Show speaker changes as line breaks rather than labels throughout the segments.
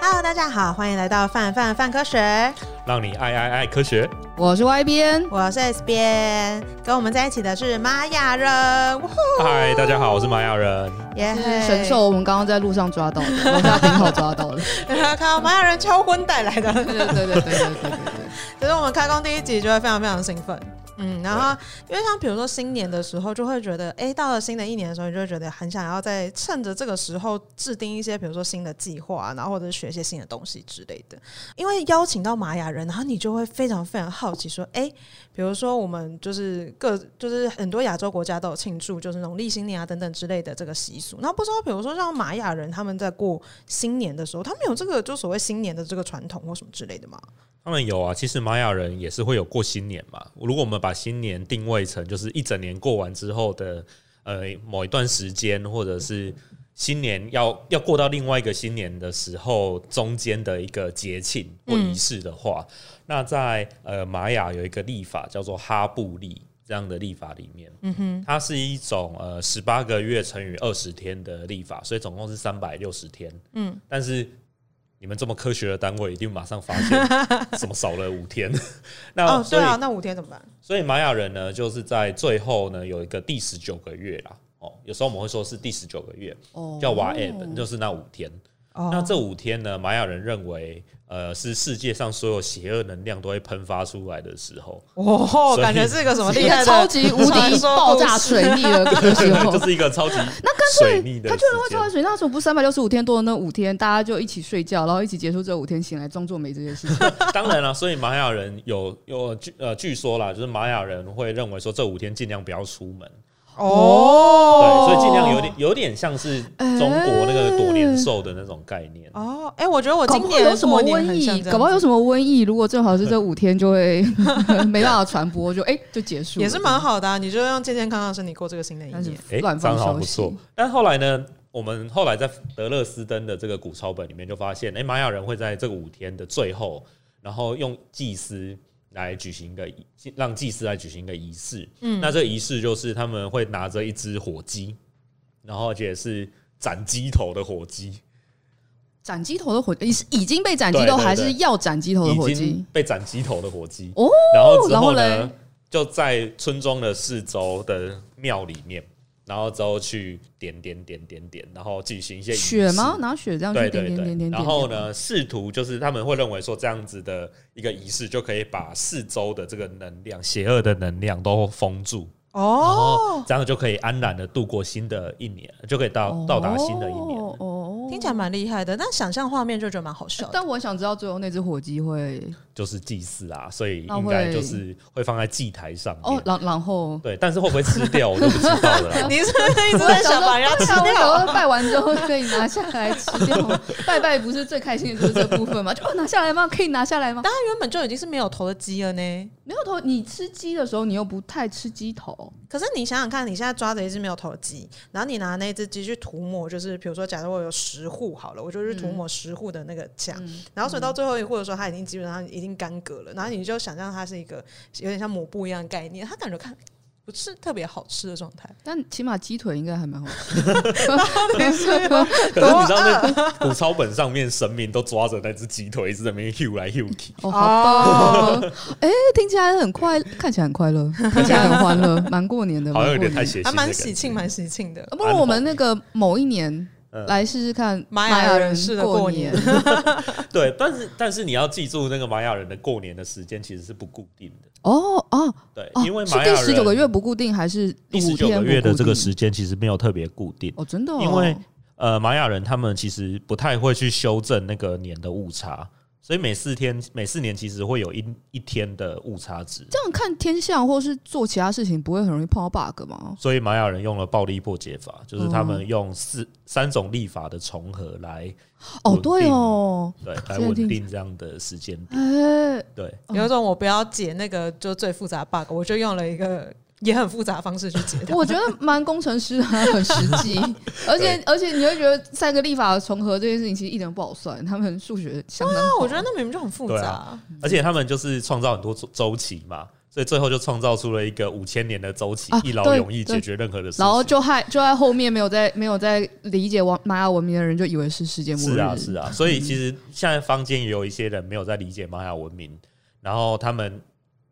Hello，大家好，欢迎来到范范范科学，
让你爱爱爱科学。
我是 Y 边，
我是 S 边，跟我们在一起的是玛雅人，哇
嗨，大家好，我是玛雅人。
耶
是 神兽，我们刚刚在路上抓到的，我们在顶好抓到的。
看到玛雅人敲婚带来的，
对对对对对对对
所以我们开工第一集就会非常非常兴奋。嗯，然后因为像比如说新年的时候，就会觉得，哎，到了新的一年的时候，你就会觉得很想要在趁着这个时候制定一些，比如说新的计划，然后或者是学一些新的东西之类的。因为邀请到玛雅人，然后你就会非常非常好奇，说，哎，比如说我们就是各 就是很多亚洲国家都有庆祝，就是农历新年啊等等之类的这个习俗。那不知道比如说像玛雅人他们在过新年的时候，他们有这个就所谓新年的这个传统或什么之类的吗？
他们有啊，其实玛雅人也是会有过新年嘛。如果我们把新年定位成就是一整年过完之后的呃某一段时间，或者是新年要要过到另外一个新年的时候中间的一个节庆或仪式的话，那在呃玛雅有一个历法叫做哈布历。这样的历法里面，嗯哼，它是一种呃十八个月乘以二十天的历法，所以总共是三百六十天。嗯，但是你们这么科学的单位，一定马上发现怎么少了五天。 那
哦，
所
对
以、
啊，那五天怎么办？
所以玛雅人呢，就是在最后呢有一个第十九个月啦。哦，有时候我们会说是第十九个月，
哦
叫瓦 e 就是那五天。
哦
那这五天呢，玛雅人认为，呃，是世界上所有邪恶能量都会喷发出来的时候，
哦，
所以
感觉是一个什么
一
厉害的
个 超级无
传
敌
说
爆
故事
炸水逆的歌手。
就是一个超级 水逆的
他
时
居然会
间
超完水，那时候不是三百六十五天多的那五天，大家就一起睡觉，然后一起结束这五天，醒来装作没这件事情。
当然了，所以玛雅人有有据呃据说啦，就是玛雅人会认为说这五天尽量不要出门，
哦，
对，所以尽量有点有点像是中国那个躲年兽的那种概念。
哦，哎、我觉得我
搞
今
不好
年
有什么
过年
瘟
很像
疫，
这样
搞不好有
子
什么瘟疫，如果正好是这五天，就会没办法传播，就哎、就结束了。
也是蛮好的、啊，你就用健健康康的身体过这个新的一
但是
年。
哎、
乱放
刚好
消
不错
息。。
但后来呢，我们后来在德勒斯登的这个古抄本里面就发现，哎、玛雅人会在这个五天的最后，然后用祭司来举行一个仪让祭司来举行一个仪式。嗯，那这个仪式就是他们会拿着一只火鸡，然后而且是斩鸡头的火鸡，
斩鸡头的火已已经被斩鸡
对
头，
对
还
对
是要斩鸡头的火
已
鸡
经？被斩鸡头的火鸡。
哦，
然后之
然后
后呢
嘞，
就在村庄的四周的庙里面，然后之后去点点点点点，然后进行一些仪
血
式
吗？拿血这样去
对
哦点
对
点点
对，
点点。
然后？呢，试图就是他们会认为说这样子的一个仪式就可以把四周的这个能量、邪恶的能量都封住，然后
哦，
这样就可以安然的度过新的一年，就可以到、到达新的一年。
哦哦
听起来蛮厉害的，但想象画面就觉得蛮好 笑的。
但我很想知道最后那只火鸡会
就是祭祀啊，所以
那
应该
会
就是会放在祭台上面。
哦，然然后
对，但是会不会吃掉我就不知道了 啦。
你是不是一直在想把人家吃
我
掉？
想说拜完之后可以拿下来吃掉。 拜拜不是最开心的就是这部分吗？就哦拿下来吗？可以拿下来吗？
它原本就已经是没有头的鸡了呢。
没有头，你吃鸡的时候你又不太吃鸡头，
可是你想想看，你现在抓着一只没有头的鸡，然后你拿那只鸡去涂抹，就是比如说，假如我有十户好了，我就去涂抹十户的那个酱，然后所以到最后一户的时候，它已经基本上已经干戈了，然后你就想象它是一个有点像抹布一样的概念，它感觉看不是特别好吃的状态。
但起码鸡腿应该还蛮好吃。
可是你知道那古抄本上面神明都抓着那只鸡腿，一直在那边 h 来 h 去。
哦，好棒！
哦
哎、听起来很快，看起来很快 乐，看起来很欢乐，蛮过年的，
好像有
蛮过
点
年
太血腥
还
的感觉，
蛮喜庆，蛮喜庆的。
呃不如我们那个某一年
嗯
来试试看
玛雅人
人
式的过
过
年
对，但是但是你要记住，那个玛雅人的过年的时间其实是不固定的，
哦哦
对，
哦，
因为
是
玛雅
第
人
十九个月不固定还是
第十
五
九
天
个
不
月的
固
这个
定
时间其实没有特别固定，
哦，真的、哦，
因为呃，玛雅人他们其实不太会去修正那个年的误差，所以每四天每四年其实会有一一天的误差值，
这样看天象或是做其他事情不会很容易碰到 bug 吗？
所以玛雅人用了暴力破解法，就是他
哦
们用四、三种历法的重合来
哦，
稳定
对哦，
对来
这样
稳
听起
定这样的时间点，
哎、
对。
有一种我不要解那个就最复杂的 bug，我就用了一个也很复杂的方式去解它。
我觉得蛮工 程师的，啊很实际，而且而且你会觉得三个立法重合这件事情其实一点都不好算，他们
啊
数学相当好。
我觉得那明明就很复
对
杂，
啊而且他们就是创造很多周周期嘛，所以最后就创造出了一个五千年的周期
啊，
一劳
对
永逸
对
解决任何的事情。
然后就害就在后面没有在没有在理解王玛雅文明的人就以为是世界末日，
是啊，是啊，所以其实现在坊间也有一些人没有在理解玛雅文明，然后他们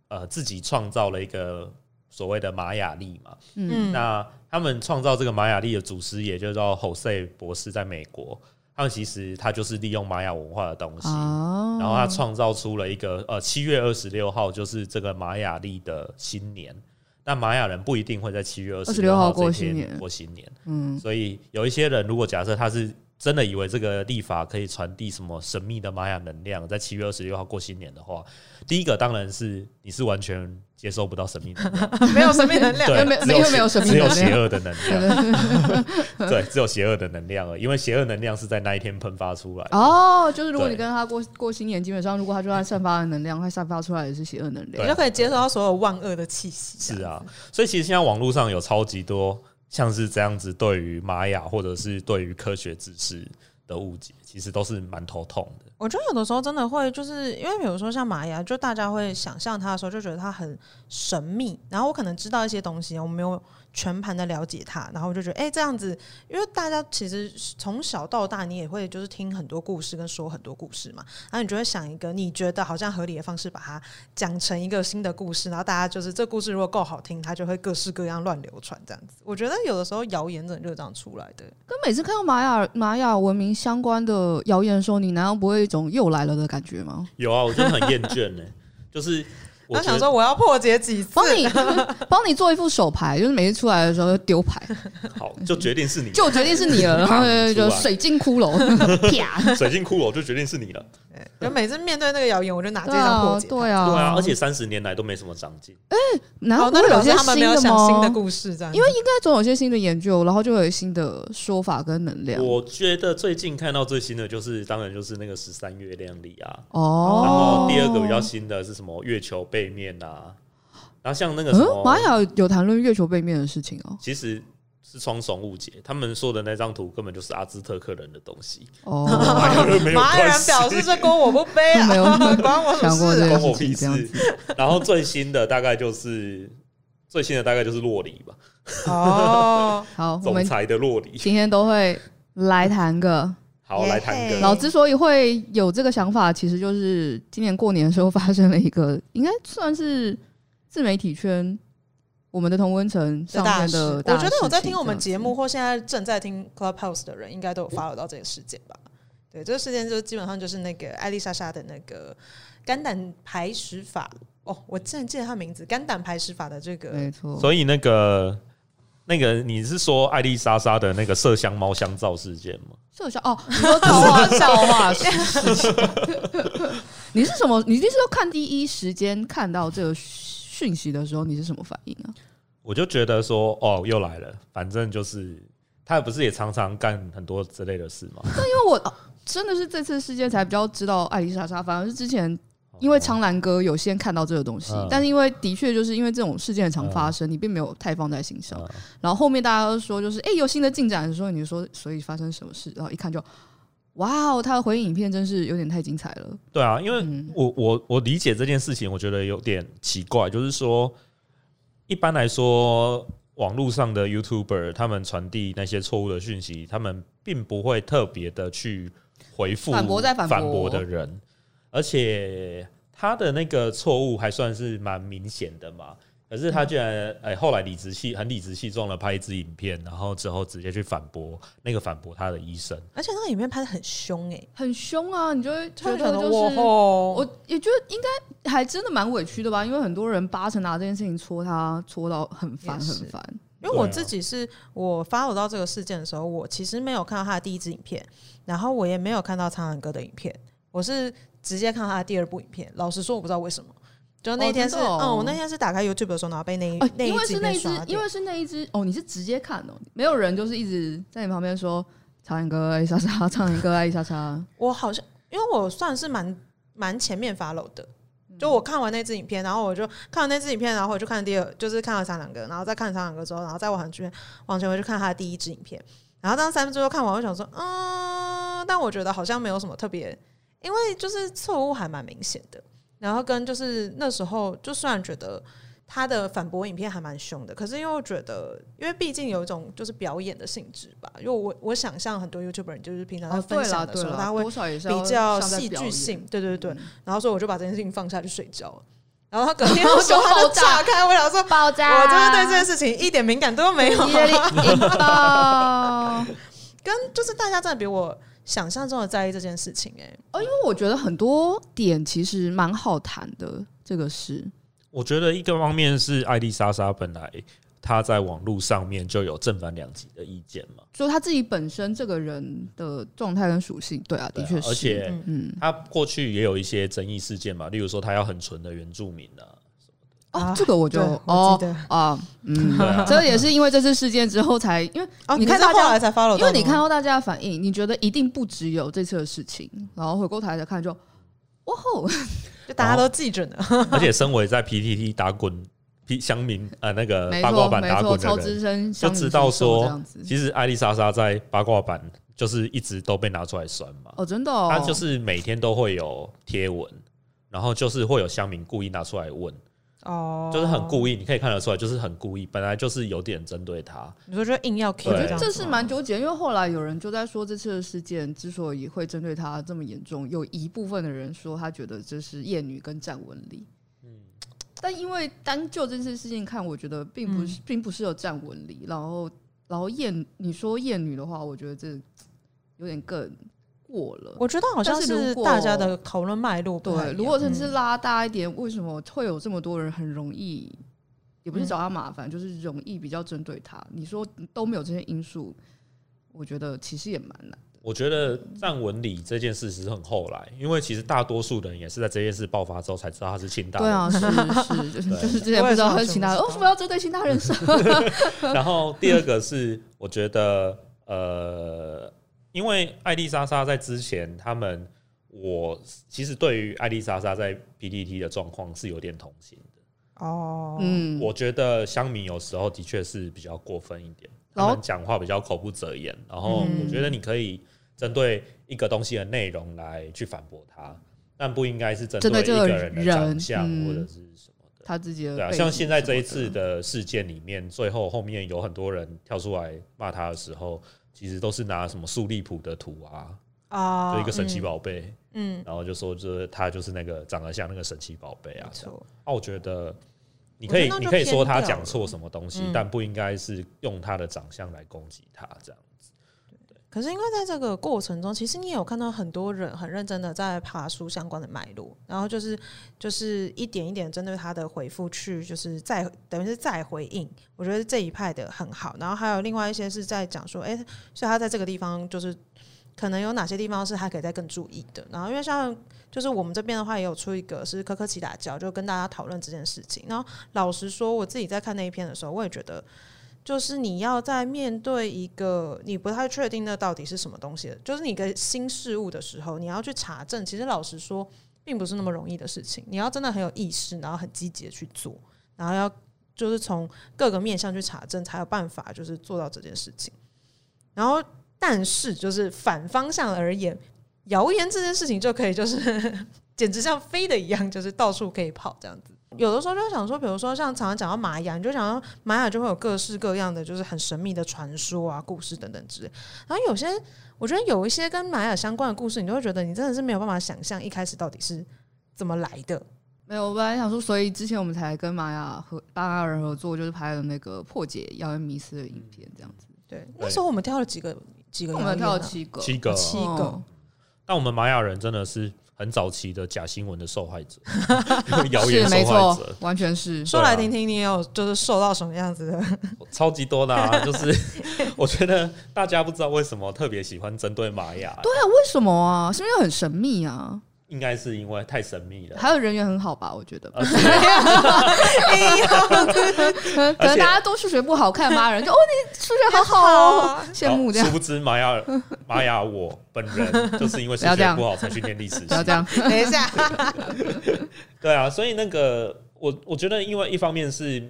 呃自己创造了一个所谓的玛雅历嘛。
嗯，
那他们创造这个玛雅历的祖师爷就叫 Jose 博士，在美国，他们其实他就是利用玛雅文化的东西，
啊，
然后他创造出了一个呃七月二十六号就是这个玛雅历的新年。那玛雅人不一定会在七月二十
26号
号
过
这
新
天
年
过新年，
嗯，
所以有一些人，如果假设他是真的以为这个历法可以传递什么神秘的玛雅能量，在七月二十六号过新年的话，第一个当然是你是完全接受不到神秘能量，
没有神秘能量。
对，
没有
只有
因为没有神秘
只有
能量
邪恶的能量，对，只有邪恶的能量而已，因为邪恶能量是在那一天喷发出来的。
哦，就是如果你
对
跟他过过新年，基本上如果他就他散发的能量，他散发出来的是邪恶能
你
量
对。
就可以接受到所有万恶的气息。
是啊，所以其实现在网络上有超级多像是这样子对于玛雅或者是对于科学知识的误解，其实都是蛮头痛的。
我觉得有的时候真的会，就是因为比如说像玛雅，就大家会想象它的时候，就觉得它很神秘。然后我可能知道一些东西，我没有全盘的了解它，然后我就觉得，哎、这样子，因为大家其实从小到大，你也会就是听很多故事跟说很多故事嘛，然后你就会想一个你觉得好像合理的方式把它讲成一个新的故事，然后大家就是这故事如果够好听，它就会各式各样乱流传这样子。我觉得有的时候谣言真的就是这样出来的。
跟每次看到玛雅玛雅文明相关的谣言的时候，你难道不会有一种又来了的感觉吗？
有啊，我真的很厌倦 呢、就是我
然后
觉
想
得
说我要破解几次，
帮你 帮你做一副手牌，就是每次出来的时候就丢牌，
好，就决定是你，
就决定是 你了，然后就水晶骷髅，啪，
水晶骷髅就决定是 你了。
就每次面对那个谣言，我就拿这
对
张破
啊，
解它。
对啊，
对啊，而且三十年来都没什么长进。
难
好
道
那
不
表
会有
示
些
他们没有
的
想
吗？
新的
应
故事，这样
因为该总有些新的研究，然后就会有新的说法跟能
啊
量。
我觉得最近看到最新的就是，当然就是那个十三月亮历啊，
哦，
然后第二个比较新的是什么月球背面啊，然后像那个什
嗯，玛
么，
雅有谈论月球背面的事情哦。
其实是双重误解，他们说的那张图根本就是阿兹特克人的东西，
哦，
玛雅人没有
马
关
人
系，
表示这锅我不背 啊，
没有
管我什
想过
么
这
事啊？
关
个
我
事
屁
情，这样
事
子。
然后最新的大概就是最新的大概就是洛里吧，
哦，
好，我
总
们
裁的洛里。
今天都会来 谈个。
好，
耶
来谈
嘿
个
然后之所以会有这个想法，其实就是今年过年的时候发生了一个，应该算是自媒体圈我们的同温层上面
事
的。
我觉得有在听我们节目，或现在正在听 Clubhouse 的人，应该都有 follow 到这个事件吧？对，这个事件就基本上就是那个艾丽莎莎的那个肝胆排石法。哦，我竟然记得她名字，肝胆排石法的这
这
个
样 子，没错。
所以那个那个你是说艾丽莎莎的那个麝香猫香皂事件吗？
这小哦，你说造化造化是是是你是什么？你一定是要看第一时间看到这个讯息的时候，你是什么反应啊？
我就觉得说哦，又来了，反正就是他不是也常常干很多之类的事吗？
因为我真的是这次事件才比较知道艾丽莎莎，反而是之前因为苍兰哥有先看到这个东西，
哦嗯
但是因为的确就是因为这种事件很常发生，你并没有太放在心上。
嗯
然后后面大家都说，就是哎、诶有新的进展的时候，你就说所以发生什么事，然后一看就哇哦，他的回应影片真是有点太精彩了。
对啊，因为
嗯
我我我理解这件事情，我觉得有点奇怪，就是说，一般来说，网络上的 YouTuber 他们传递那些错误的讯息，他们并不会特别的去回复
反驳再反驳
反驳的人，而且他的那个错误还算是蛮明显的嘛。可是他
嗯
居然哎、后来理直气很理直气壮的拍一支影片，然后之后直接去反驳那个反驳他的医生。
而且那个影片拍的很凶哎、欸，
很凶啊！你就会
就
觉
是
得
觉得
就是，
哇 吼
我也觉得应该还真的蛮委屈的吧，因为很多人八成拿这件事情戳他，戳到很烦
也是
很烦。
因为我
对啊
自己是我 follow 到这个事件的时候，我其实没有看到他的第一支影片，然后我也没有看到苍兰哥的影片，我是直接看到他的第二部影片。老实说，我不知道为什么，就那
哦
天
真
是，
的哦
嗯，我那天是打开 YouTube 的时候，然后被那一、
哎
那
因
一
为
支
是
影
那
片
一只
刷，
因
掉。
为是那一只哦，你是直接看哦，没有人就是一直在你旁边说“长眼哥艾丽莎莎，长眼哥艾 丽莎莎
我好像因为我算是蛮蛮前面 follow 的。
嗯
就我看完那支影片，然后我就看完那支影片，然后我就看第二，就是看了苍兰哥，然后再看苍兰哥之后，然后再往前往前回去看他的第一支影片，然后当三分之后看完，我就想说，嗯，但我觉得好像没有什么特别，因为就是错误还蛮明显的。然后跟就是那时候就虽然觉得他的反驳影片还蛮凶的，可是又觉得，因为毕竟有一种就是表演的性质吧，因为我我想象很多 YouTuber 人就是平常在
哦，
分
对
享
啦
的
对
时候，
啦，
他会
多少也是要
比较
像在
戏
表
剧
演
性，对对对。
嗯
然后所以我就把这件事情放下去睡觉了，然后他 隔天我
胸
说他就
口
炸
炸
开，我想说。
爆炸，
我真的对这件 事情一点敏感都没有，
力引爆。
跟 就是大家真的比我想象中的在意这件事情、哎，
哦，因为我觉得很多点其实蛮好谈的，这个是
我觉得一个方面是艾丽莎莎本来她在网络上面就有正反两极的意见嘛，
就他自己本身这个人的状态跟属性，对啊，
对啊
的确是，
而且
嗯，
她过去也有一些争议事件嘛，例如说她要很纯的原住民啊，
哦
啊，
这个我就
对我
哦
记得
啊，嗯
对啊，
这也是因为这次事件之后才，因为
哦，
你看
是
大
后
家
来才 follow，到
因为你
的
看
吗
到大家的反应，你觉得一定不只有这次的事情，然后回过头来再看就，哇吼，
就大
哦
家都记着 呢，
而且身为在 PTT 打滚、P 乡民呃那个
没
八卦
错
版
没
打
错，
滚
超
的人，
资深
就
乡民
知道
之手这
说
样，子，
其实艾丽莎莎在八卦版就是一直都被拿出来酸嘛，
哦，真的、哦，
她就是每天都会有贴文，然后就是会有乡民故意拿出来问，
哦，
就是很故意，你可以看得出来，就是很故意，本来就是有点针对她。
你说就硬要 Q，
对啊
样
这
子
是
吗
蛮纠结，因为后来有人就在说，这次的事件之所以会针对他这么严重，有一部分的人说他觉得这是厌女跟站文理。但因为单就这次事件看，我觉得并不
嗯
是，并不是有站文理。然后，然后厌你说厌女的话，我觉得这有点更过了。
我觉得好像
但是如
是
果
大家的讨论脉络不太一
对，
样
如果甚至拉大一点，为什么会有这么多人很容易，也不是找他麻烦，就是容易比较针对他？你说都没有这些因素，我觉得其实也蛮难。
我觉得站文理这件事是很后来，因为其实大多数的人也是在这件事爆发之后才知道他是清大
对
人。
啊，是 是，就是
对
就是之前
我
不
也是
知道他
好
是其他人，
久不知
哦为
道
什么要针对其他人上？
然后第二个是，我觉得呃，因为艾丽莎莎在之前，他们我其实对于艾丽莎莎在 PTT 的状况是有点同情的。
哦，嗯，
嗯，
我觉得乡民有时候的确是比较过分一点，
然后
他们讲话比较口不择言，然后
嗯
我觉得你可以针对一个东西的内容来去反驳他，但不应该是针
针对
对
这
一
个
个人的
人
长相
嗯
或者是什么的。
他自己的
对啊，
背
像
景
现在
什么
这一次
的，
的事件里面，最后后面有很多人跳出来骂他的时候，其实都是拿什么素利普的图啊，
啊，
就一个神
哦嗯
奇宝贝，
嗯，
然后就说这他就是那个长得像那个神奇宝贝
嗯，
啊
没。错，
啊，我觉得你
我
可
觉
以
得那
你
就
可以说
偏
他
掉
讲
了
错什么东西，
嗯
但不应该是用他的长相来攻击他这样。
可是因为在这个过程中，其实你也有看到很多人很认真的在爬书相关的脉络，然后就是就是一点一点针对他的回复去，就是再等于是再回应。我觉得这一派的很好，然后还有另外一些是在讲说，哎、所以他在这个地方就是可能有哪些地方是他可以再更注意的。然后因为像就是我们这边的话，也有出一个是科科奇打教，就跟大家讨论这件事情。然后老实说，我自己在看那一篇的时候，我也觉得。就是你要在面对一个你不太确定那到底是什么东西的，就是你一个新事物的时候，你要去查证。其实老实说，并不是那么容易的事情。你要真的很有意识，然后很积极的去做，然后要就是从各个面向去查证，才有办法就是做到这件事情。然后，但是就是反方向而言，谣言这件事情就可以就是 简直像飞的一样，就是到处可以跑这样子。有的时候就会想说，比如说像常常讲到玛雅，你就想到玛雅就会有各式各样的就是很神秘的传说啊、故事等等之类。然后有些我觉得有一些跟玛雅相关的故事，你就会觉得你真的是没有办法想象一开始到底是怎么来的。
没有，我本来想说，所以之前我们才跟玛雅和巴拿人合作，就是拍了那个破解谣言迷思的影片，这样子，
对，那时候我们挑了几个几个
我
谣言啊、
们跳了七个，
七个哦
七个
嗯
但我们玛雅人真的是很早期的假新闻的受害 者，谣言
是没
受害
错
者，，
完全是。
说来听听，你有就是受到什么样 子的？
超级多的、啊。就是 我觉得大家不知道为什么特别喜欢针对玛雅，
对啊，为什么啊？是因为很神秘啊，
应该是因为太神秘了。
还有人缘很好吧？我觉得，
而且而
可能可能
且
大家都数学不好看嘛，人就哦 你数学好好哦，羡慕这
殊
样，
不知玛雅玛雅我本人就是因为数
不要这
学
样
不好才去念历史系
不。要这样。
等一 下，
对啊，所以那个我我觉得，因为一方面是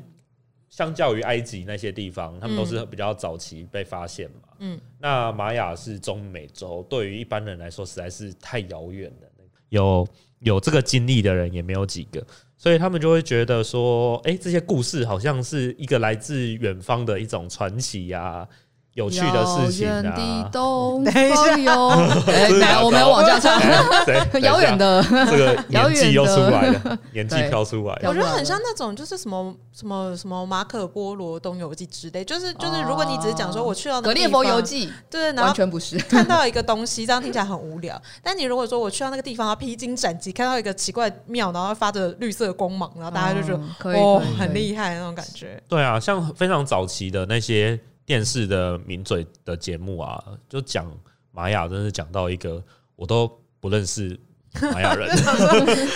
相较于埃及那些地方，他们都是
嗯
比较早期被发现嘛。嗯，那玛雅是中美洲，对于一般人来说实在是太遥远了。那个有有这个经历的人也没有几个，所以他们就会觉得说，哎、这些故事好像是一个来自远方的一种传奇呀、有趣的事情
遥远的
啊。
东
等一下
方 有，哎
是
来，我们要往 下唱，
对，
遥远
的
的，
这个
遥
年纪
远
又出
的
来了，年纪
对
飘出来了。
我觉得很像那种就是什么什么什么马可波罗东游记之类，就是就是如果你只是讲说我去到那
哦格
个
列
地
佛游
方，
记
对，然
完
后
全不是，
看到一个东西，这样听起来很无聊。 但你如果说我去到那个地方，然后披荆斩棘，看到一个奇怪的庙，然后发着绿色的光芒，然后大家就觉得、
嗯可以
哦
可以，
很
可以
厉害那种感觉。
对啊，像非常早期的那些电视的名嘴的节目啊，就讲玛雅，真是讲到一个我都不认识玛 雅人，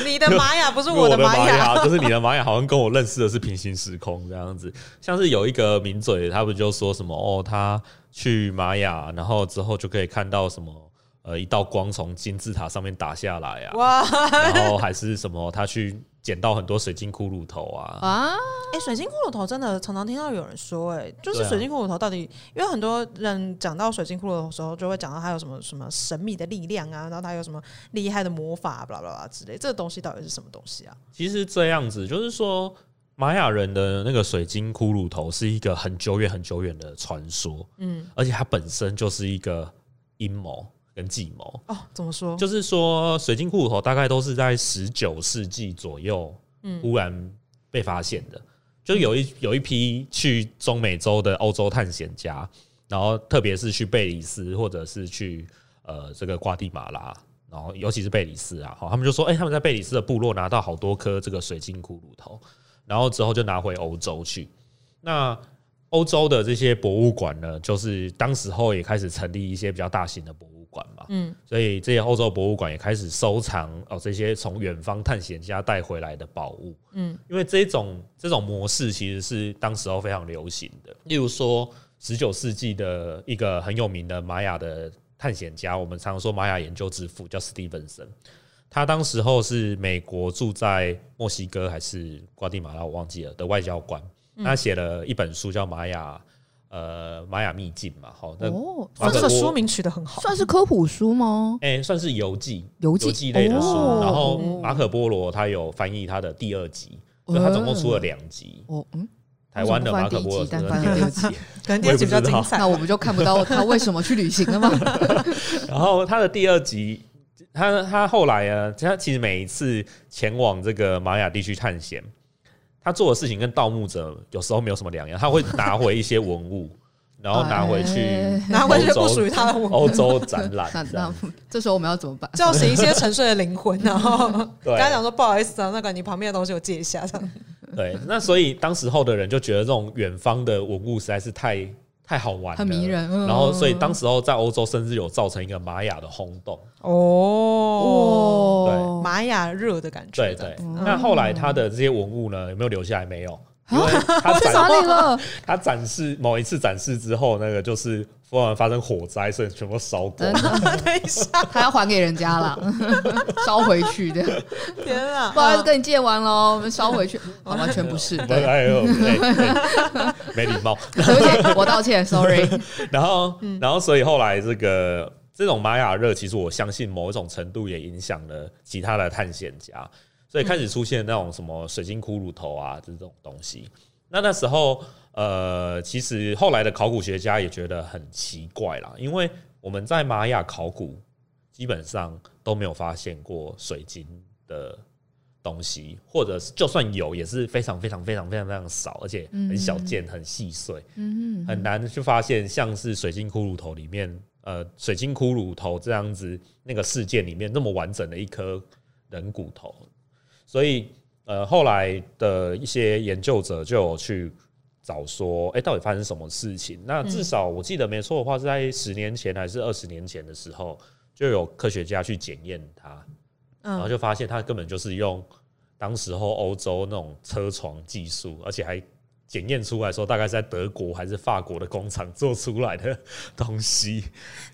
你的玛雅不是
因为
我
我
的玛
玛
雅，
雅，就是你的玛雅，好像跟我认识的是平行时空这样子。像是有一个名嘴，他不就说什么哦，他去玛雅，然后之后就可以看到什么。呃，一道光从金字塔上面打下来啊，
哇！
然后还是什么，他去捡到很多水晶骷髅头啊，
啊，
哎、水晶骷髅头真的常常听到有人说、哎，就
对
是
啊
水晶骷髅头到底，因为很多人讲到水晶骷髅头的时候，就会讲到它有什么什么神秘的力量啊，然后它有什么厉害的魔法，巴拉巴拉之类，这个东西到底是什么东西啊？
其实这样子，就是说玛雅人的那个水晶骷髅头是一个很久远、很久远的传说，
嗯，
而且它本身就是一个阴谋跟计谋。
哦，怎么说？
就是说，水晶骷髅头大概都是在十九世纪左右，
嗯
忽然被发现的。就有一有一批去中美洲的欧洲探险家，然后特别是去贝里斯或者是去呃这个瓜地马拉，然后尤其是贝里斯啊，好，他们就说，哎、他们在贝里斯的部落拿到好多颗这个水晶骷髅头，然后之后就拿回欧洲去。那欧洲的这些博物馆呢，就是当时候也开始成立一些比较大型的博物馆嘛，
嗯，
所以这些欧洲博物馆也开始收藏哦这些从远方探险家带回来的宝物，
嗯，
因为这种这种模式其实是当时候非常流行的，例如说十九世纪的一个很有名的玛雅的探险家，我们常说玛雅研究之父叫史蒂文森。他当时候是美国住在墨西哥还是瓜地马拉，我忘记了的外交官。
嗯
他写了一本书叫《玛雅》，呃，《玛雅秘境》嘛，好，那
哦，
啊
这
对
个
我
书名取得很好，
算是科普书吗？
哎、算是游记，
游记
类的书。
哦
然后马可波罗他有翻译他的第二集，
嗯
所以他总共出了两集。
哦，嗯，
台湾的马可波罗出了第
为什么
二
不翻第一集但翻了第
可能第一
集，
二
集比较
我也不知
精
道
彩。
那我们就看不到他为什么去旅行了吗？
然后他的第二集，他他后来啊，他其实每一次前往这个玛雅地区探险，他做的事情跟盗墓者有时候没有什么两样，他会拿回一些文物，然后拿回去
哎
拿回去
欧
不
洲
属于他的文
欧洲展览
那
这样
那这时候我们要怎么 办？
叫醒一些沉睡的灵魂，然后
对
跟他讲说不好意思啊，那个你旁边的东西我借一下，这样
对，那所以当时候的人就觉得这种远方的文物实在是太太好玩了，
很迷人嗯
然后，所以当时候在欧洲甚至有造成一个玛雅的轰动。
哦，
对
哦，
玛雅热的感觉，
对
这样
对，
嗯
那后来他的这些文物呢，有没有留下来？没有，
啊
因为 他
去哪
展
里了？
他展示某一次展示之后，那个就是突然发生火灾，所以全部烧光
真。的，
等一下，
他要还给人家了， 烧回去的。
天啊，
不好意思，跟你借完哦喽，我们烧回去。啊，完全不是，对，
哎呦， 对对没礼貌。
对不起，我道歉，sorry。
然后，然后，所以后来这个这种玛雅热，其实我相信某一种程度也影响了其他的探险家，所以开始出现那种什么水晶骷髅头啊这种东西。那那时候，呃，其实后来的考古学家也觉得很奇怪啦，因为我们在玛雅考古基本上都没有发现过水晶的东西，或者是就算有，也是非常非常非常非常非常少，而且很小件、很细碎。
嗯，
很难去发现像是水晶骷髅头里面，呃，水晶骷髅头这样子那个事件里面那么完整的一颗人骨头，所以呃，后来的一些研究者就有去找说，哎、到底发生什么事情？那至少我记得没错的话，是在十年前还是二十年前的时候，就有科学家去检验它，然后
嗯，
就发现它根本就是用当时候欧洲那种车床技术，而且还检验出来说大概是在德国还是法国的工厂做出来的东西。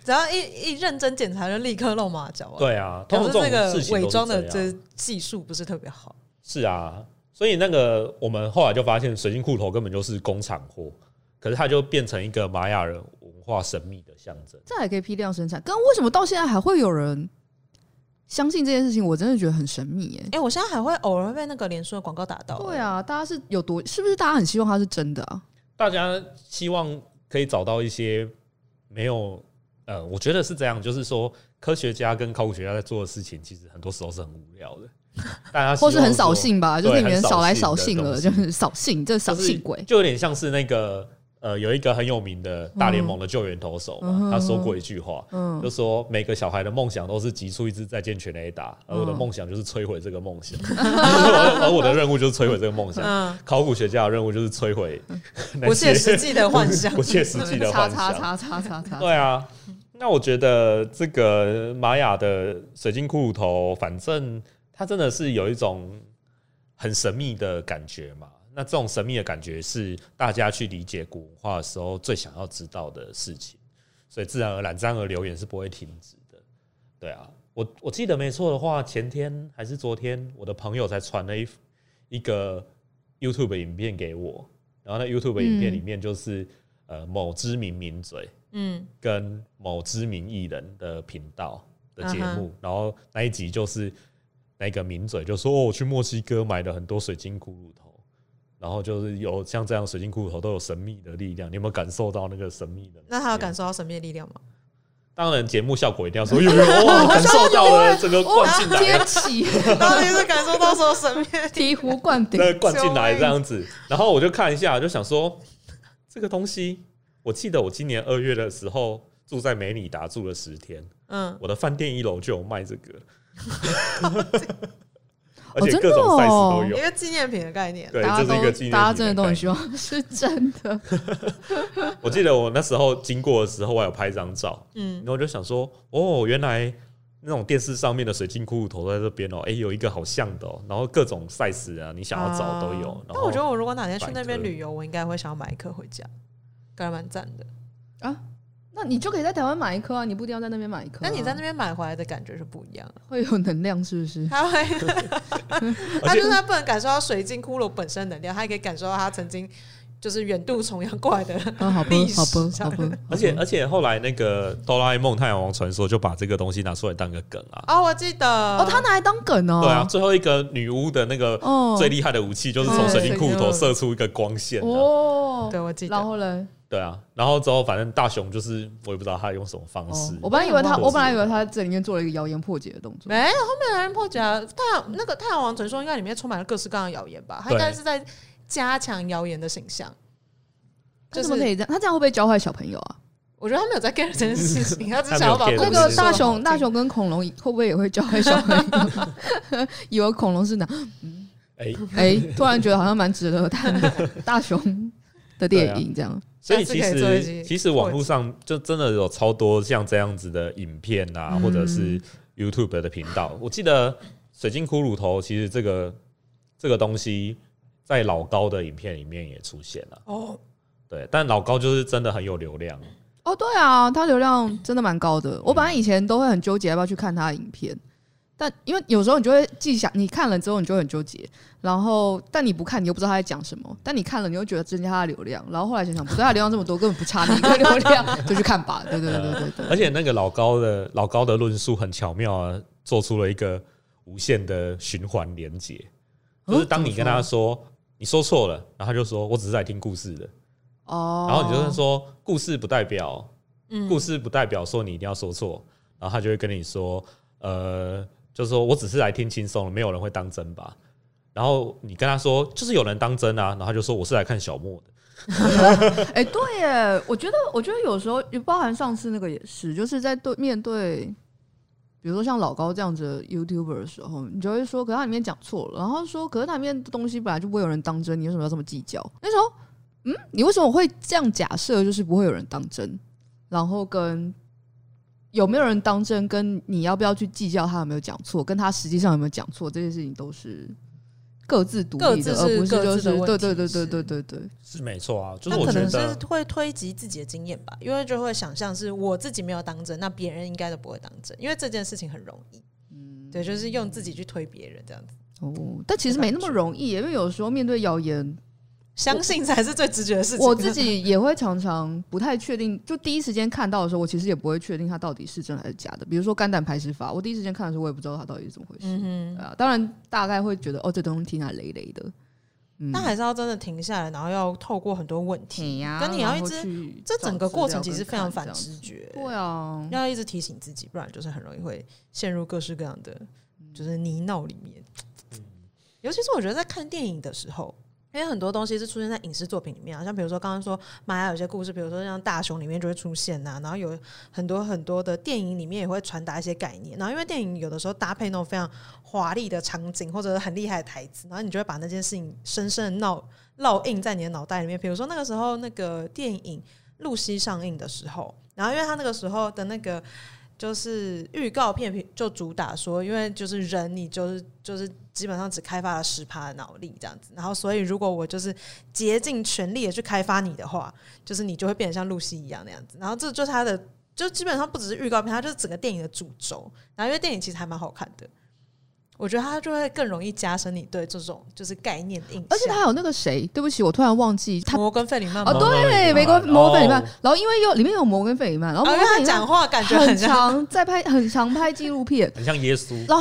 只要一一认真检查就立刻露马脚啊，，
对啊，通
表示这
常这种
个
事情
伪
都
装
是
的
这样。
这技术不是特别好，
是啊，所以那个我们后来就发现，水晶裤头根本就是工厂货，可是它就变成一个玛雅人文化神秘的象征。
这还可以批量生产，跟为什么到现在还会有人相信这件事情，我真的觉得很神秘耶、
哎、我现在还会偶尔被那个脸书的广告打到、
对，啊，大家是有多是不是大家很希望它是真的啊？
大家希望可以找到一些没有呃，我觉得是这样，就是说科学家跟考古学家在做的事情，其实很多时候是很无聊的， 大家希
或
望
是很
说
扫兴吧，就
对
是你们
很扫
少来
兴
扫
的
兴
东
了，
西
就是扫兴，这扫
就是
兴鬼。
就有点像是那个呃，有一个很有名的大联盟的救援投手嘛，
嗯
他说过一句话，
嗯
就说每个小孩的梦想都是击出一支再见全垒打，而我的
嗯
梦想就是摧毁这个梦 想，而而我的任务就是摧毁这个梦想。
嗯，
考古学家的任务就是摧毁那
不切
些
实际的幻想
不切实际的
叉
幻
叉
想。
叉叉叉 叉。
对啊，那我觉得这个玛雅的水晶骷髅头，反正它真的是有一种很神秘的感觉嘛。那这种神秘的感觉是大家去理解古文化的时候最想要知道的事情，所以自然而然，这样的留言是不会停止的。对啊，我我记得没错的话，前天还是昨天，我的朋友才传了一一个 YouTube 影片给我，然后那 YouTube 影片里面就是、呃某知名名嘴，
嗯，
跟某知名艺人的频道的节
嗯
目，然后那一集就是那个名嘴就说：“哦，我去墨西哥买了很多水晶骷髅头，然后就是有像这样水晶骷髅头都有神秘的力量，你有没有感受到那个神秘的？”
那他有感？受到神秘的力量吗？
当然，节目效果一定要说有 有，哦、感受到了这个灌进来
天启
到底是感受到什么神秘？
醍醐灌顶，
那灌进来这 样子。然后我就看一下，就想说这个东西，我记得我今年二月的时候住在美里达住了十天，
嗯，
我的饭店一楼就有卖这 个，而
哦
且
真的
各种 size
哦
都有
一。个纪念品的概念。
对，
大家
这
都
是一个纪念
大家
品
真的都
概
很
念
希望 是真的。
我记得我那时候经过的时候，我还有拍张照，
嗯
然后我就想说，哦，原来那种电视上面的水晶骷髅头在这边哦，哎、有一个好像的哦，然后各种 size 啊，你想要找都有。
哦
啊
然
但
后
我觉得我如果哪天去
百
那边
科
旅游，我应该会想要买一颗回家，感觉蛮赞的。
那你就可以在台湾买一颗啊，你不一定要在那边买一颗、啊。
但你在那边买回来的感觉是不一样的，
会有能量是不 是？
它会，它
且
就是它不能感受到水晶骷髅本身能量，它也可以感受到它曾经就是远渡重洋过来 的。
啊， 好吧
历，史
好吧，
这
好
样
吧。
而且而且后来那个哆啦 A 梦太阳王传说就把这个东西拿出来当个梗啊，
哦，我记得，
哦，他拿来当梗哦。
对啊，，最后一个女巫的那个
哦，
最厉害的武器就是从水晶骷髅头
对
射出一个光线、啊，
哦，
对我记
然
得，
后嘞，
对啊，然后之后反正大雄就是我也不知道他用什么方式，
哦
哦
我本来以为他，
或者是
我本来以为他这里面做了一个谣言破解的动作。
没有后面的人破解啊，太阳那个太阳王传说应该里面充满了各式各样的谣言吧？他应该
对
是在加强谣言的形象。
他
就
怎么
是
可以这样？他这样会不会教坏小朋友啊？
我觉得他没有在 get 这件事情，他只
他
是
没
想
有
要把
get
故
那
事
个
说
大
好
熊，
听
大熊跟恐龙会不会也会教坏小朋友？ 以为恐龙是哪？
哎、
哎、突然觉得好像蛮值得看的大熊的
啊
电影这样。
所以
下次
其
可以做一
实
集
其实网络上就真的有超多像这样子的影片啊，
嗯
或者是 YouTube 的频道。我记得水晶骷髅头，其实这个这个东西在老高的影片里面也出现了，
哦，
对，但老高就是真的很有流量，
哦，对啊，他 流量真的蛮高的。我本来以前都会很纠结要不要去看他的影片，但因为有时候你就会既想你看了之后你就会很纠结，然后但你不看你又不知道他在讲什么，但你看了你又觉得增加他的流量，然后后来想想不对，他流量这么多根本不差你一个流量，就去看吧。对对对对对
而且那个老高的老高的论述很巧妙啊，做出了一个无限的循环连接，
哦
嗯
就是当你跟他说你说错了，然后他就说我只是来听故事的，
哦，
然后你就是说故事不代表
嗯
故事不代表说你一定要说错，然后他就会跟你说，呃，就是说我只是来听轻松的，没有人会当真吧？然后你跟他说，就是有人当真啊，然后他就说我是来看小莫的，
哎、对耶，我觉得，我觉得有时候，也包含上次那个也是，就是在对面对，比如说像老高这样子的 YouTuber 的时候，你就会说，可是他里面讲错了，然后说，可是他里面的东西本来就不会有人当真，你为什么要这么计较？那时候，嗯，你为什么会这样假设，就是不会有人当真？然后跟有没有人当真，跟你要不要去计较他有没有讲错，跟他实际上有没有讲错这件事情，都是各自独立的，
各自是
而不是
各自
就
的
是
问
对
题
对对对
是
对对对。
是没错啊，就
那
是我
可
觉
能
得
是会推及自己的经验吧，因为就会想象是我自己没有当真，那别人应该都不会当真，因为这件事情很容易。
嗯
对，就是用自己去推别人这样子。
哦，但其实没那么容易，因为有时候面对谣言，
相信才是最直觉的事情。
我自己也会常常不太确定，就第一时间看到的时候，我其实也不会确定它到底是真还是假的。比如说肝胆排石法，我第一时间看的时候，我也不知道它到底是怎么回事。
嗯
对啊，当然大概会觉得哦，这东西听起来累累的。嗯
但还是要真的停下来，然后要透过很多问题。
挺呀
跟你要
然后
一直
去
这整个
嗯找资
过程
料
其实
跟
非常
看
反
这样
直觉，
对啊，
要一直提醒自己，不然就是很容易会陷入各式各样的就是泥淖里面。尤其是我觉得在看电影的时候，因为很多东西是出现在影视作品里面啊，像比如说刚刚说玛雅有些故事，比如说像大雄里面就会出现呐、然后有很多很多的电影里面也会传达一些概念，然后因为电影有的时候搭配那种非常华丽的场景或者很厉害的台词，然后你就会把那件事情深深的烙烙印在你的脑袋里面。比如说那个时候那个电影《露西》上映的时候，然后因为他那个时候的那个。就是预告片就主打说，因为就是人，你就是就是基本上只开发了十趴的脑力这样子，然后所以如果我就是竭尽全力的去开发你的话，就是你就会变得像露西一样那样子。然后这就是它的，就基本上不只是预告片，它就是整个电影的主轴。然后因为电影其实还蛮好看的，我觉得它就会更容易加深你对这种就是概念的印象。
而且他还有那个谁，对不起，我突然忘记他。
摩根费里曼
哦，
嘛
摩根费里
对，
曼
美国摩根费里曼
哦，
然后因为又里面有摩根费里曼，然后
啊
哦摩
因为
根
他
费里曼
讲话感觉
很
像，
长，在拍很长拍纪录片，
很像耶稣。
然后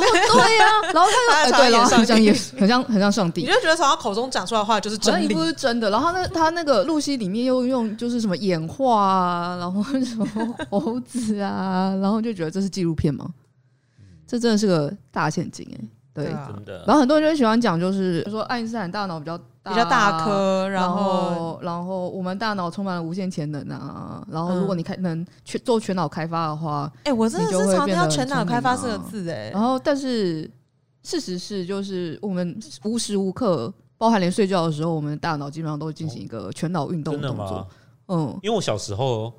对呀、然后他
他
又、
常
哎对，
演
然后
上
很像
帝
耶稣，很像很像上
你
帝
就。觉得从他口中讲出来的话就是
好像
真
一
理
部。是真的，然后他那他那个露西里面又用就是什么演化啊，然后什么猴子啊，然后就觉得这是纪录片吗？这真的是个大陷阱哎、对。
嗯对啊
真的
然，后很多人就会喜欢讲，就是说爱因斯坦大脑比较大
比较大颗，
然
啊然后
后然后我们大脑充满了无限潜能啊，然后如果
嗯
你开能全做全脑开发的话，
哎、我真的
你就是会
常听
变
到
得
全
很
脑
聪
开
明
发
啊
这个字、哎，
然后，但是事实是，就是我们无时无刻，包含连睡觉的时候，我们的大脑基本上都进行一个全脑运动
真
的
的
动
吗
作。？嗯，
因为我小时候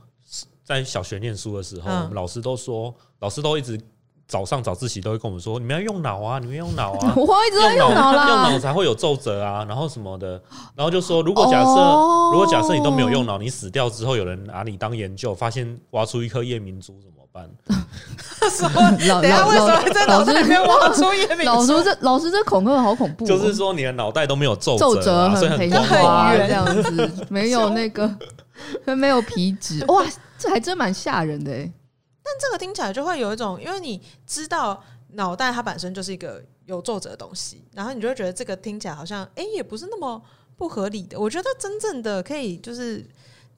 在小学念书的时候，
嗯
我们老师都说，老师都一直早上早自习都会跟我们说，你们要用脑啊，你们要用脑啊。
我一直在
用
脑
用脑
啦。
才会有皱褶啊，然后什么的，然后就说，如果假设、
哦
如果假设你都没有用脑，你死掉之后，有人拿你当研究，发现挖出一颗夜明珠怎么办？
说，
老
等一下
老
为什么
老
会在
老
脑子
师
里面挖出夜明
老
珠？
师这老师这恐吓好恐怖哦、
就是说你的脑袋都没有皱
皱
褶、
褶
啊，所以
很
很
平
光
滑
滑
很
啊。
圆
这 样子，没有那个 没有皮质，哇，这还真蛮吓人的哎。
但这个听起来就会有一种，因为你知道脑袋它本身就是一个有皱褶的东西，然后你就会觉得这个听起来好像，哎、也不是那么不合理的。我觉得真正的可以就是。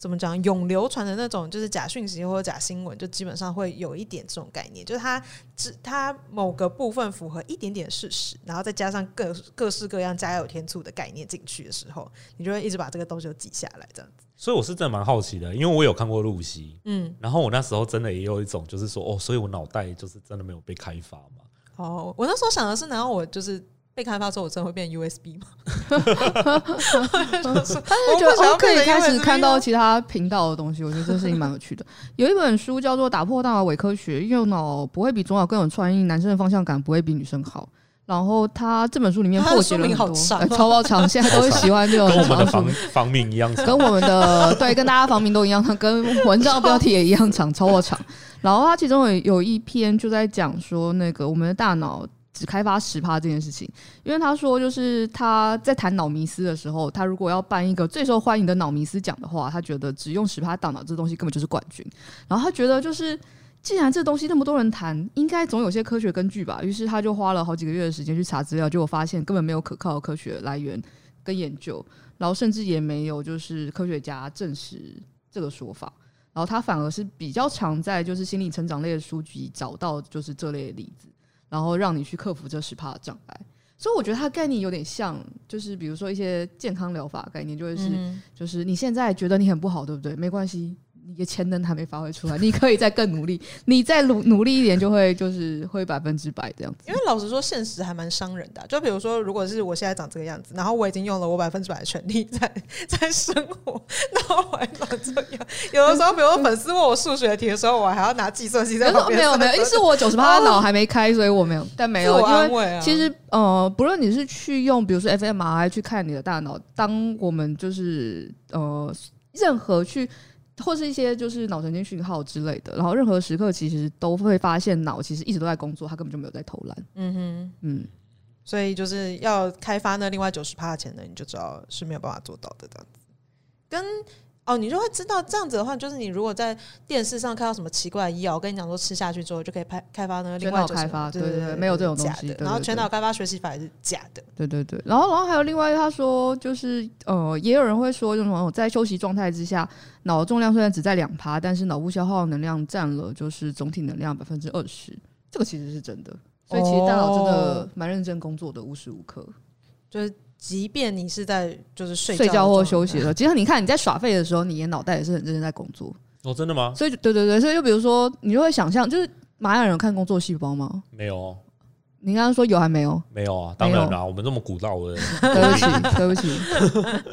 怎么讲？永流传的那种就是假讯息或者假新闻，就基本上会有一点这种概念，就是它只它某个部分符合一点点事实，然后再加上各各式各样加有添醋的概念进去的时候，你就会一直把这个东西都记下来，这样子。
所以我是真的蛮好奇的，因为我有看过露西，
嗯，
然后我那时候真的也有一种就是说，哦，所以我脑袋就是真的没有被开发嘛。
哦，我那时候想的是，难道我就是被开发之后，我真的会变 USB 吗？
但是觉得
我不想
哦，可以
要
开
看
始
的
看到其他频道的东西，我觉得这事情蛮有趣的。有一本书叫做《打破大脑伪科学》，右脑不会比左脑更有创意，男生的方向感不会比女生好。然后他这本书里面
它的
破解
书
了
名好
很多，
长
呃
哦
超爆长，现 在都会喜欢这种
跟我们的
长书
房。房名一样长，
跟我们的对，跟大家房名都一样， 跟文章的标题也一样长，超过长。然后它其中有有一篇就在讲说，那个我们的大脑只开发十趴这件事情，因为他说就是他在谈脑迷思的时候，他如果要办一个最受欢迎的脑迷思奖的话，他觉得只用十趴大脑这东西根本就是冠军。然后他觉得就是。既然这东西那么多人谈，应该总有些科学根据吧。于是他就花了好几个月的时间去查资料，结果发现根本没有可靠的科学来源跟研究。然后甚至也没有就是科学家证实这个说法，然后他反而是比较常在就是心理成长类的书籍找到就是这类的例子，然后让你去克服这十趴的障碍。所以我觉得它的概念有点像，就是比如说一些健康疗法的概念，就会
嗯
是、就是你现在觉得你很不好，对不对？没关系，你的潜能还没发挥出来，你可以再更努力，你再努努力一点，就会就是会百分之百这样子
因。为老实说，现实还蛮伤人的啊、就比如说，如果是我现在长这个样子，然后我已经用了我百分之百的全力在在生活，然后我还长这样，有的时候，比如说粉丝问我数学题的时候，我还要拿计算机在
没
旁
有
边哦
没有没有，是我九十趴脑还没开，所以我没有，但没
自
有，
我
因为
安慰啊。
其实呃，不论你是去用，比如说 fMRI 去看你的大脑，当我们就是呃，任何去或是一些就是脑神经讯号之类的，然后任何时刻其实都会发现脑其实一直都在工作，它根本就没有在偷懒。
嗯哼，
嗯，
所以就是要开发那另外九十趴的潜能，你就知道是没有办法做到的这样子。跟哦，你就会知道这样子的话，就是你如果在电视上看到什么奇怪的药，我跟你讲说吃下去之后就可以开开发那个另
全
外
脑
90%
开发，
对
对
对，
没有这种东
假
西。
的
对对
然后
对
全脑开发学习法也是假的，
对对对，然后然后还有另外他说就是呃，也有人会说，就是什么在休息状态之下，脑重量虽然只在两趴，但是脑部消耗能量占了就是总体能量百分之二十，这个其实是真的。所以其实大脑真的
哦
蛮认真工作的，无时无刻。
就是即便你是在就是睡
睡觉或休
息，
息的时候，其实你看你在耍废的时候，你的脑袋也是很认真在工作。
哦，真的吗？
所以就对对对，所以就比如说，你就会想象，就是玛雅人有看工作细胞吗？
没有哦，
你刚刚说有还没有？
没有啊，当然啦，我们这么古老的人，哦
对 不起，对不 起。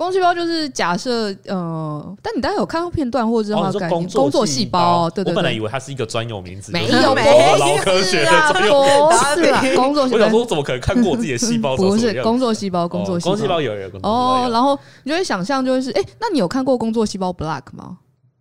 工细胞就是假设，呃，但你大概有看过片段或者知道
哦，
它
你
的
说
概念，
作哦
工作
细
细胞，对对
我本来
对
以，为它是一个专有名词，
没
就是
有，
脑
没
不
脑科学的专 有。
不
专有
是啦，工作细
我想说，
胞
我怎么可能看过我自己的细胞长
不
什么
是
样？
工作细胞，
哦
工
工
作
细
细胞。
胞有有工作细胞
哦，
有，
然后你就会想象就是，哎，那你有看过工作细胞 Black 吗？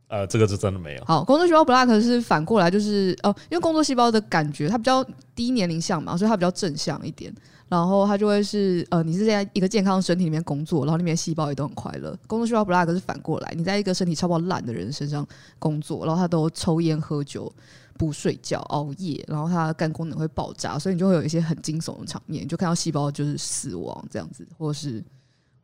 呃，这个是真的没有。
好，工作细胞 Black 是反过来，就是哦，因为工作细胞的感觉它比较低年龄向嘛，所以它比较正向一点。然后它就会是呃，你是在一个健康的身体里面工作，然后里面的细胞也都很快乐。工作细胞 Black 是反过来，你在一个身体超爆烂的人身上工作，然后他都抽烟、喝酒、不睡觉、熬夜，然后他的肝功能会爆炸，所以你就会有一些很惊悚的场面，你就看到细胞就是死亡这样子，或是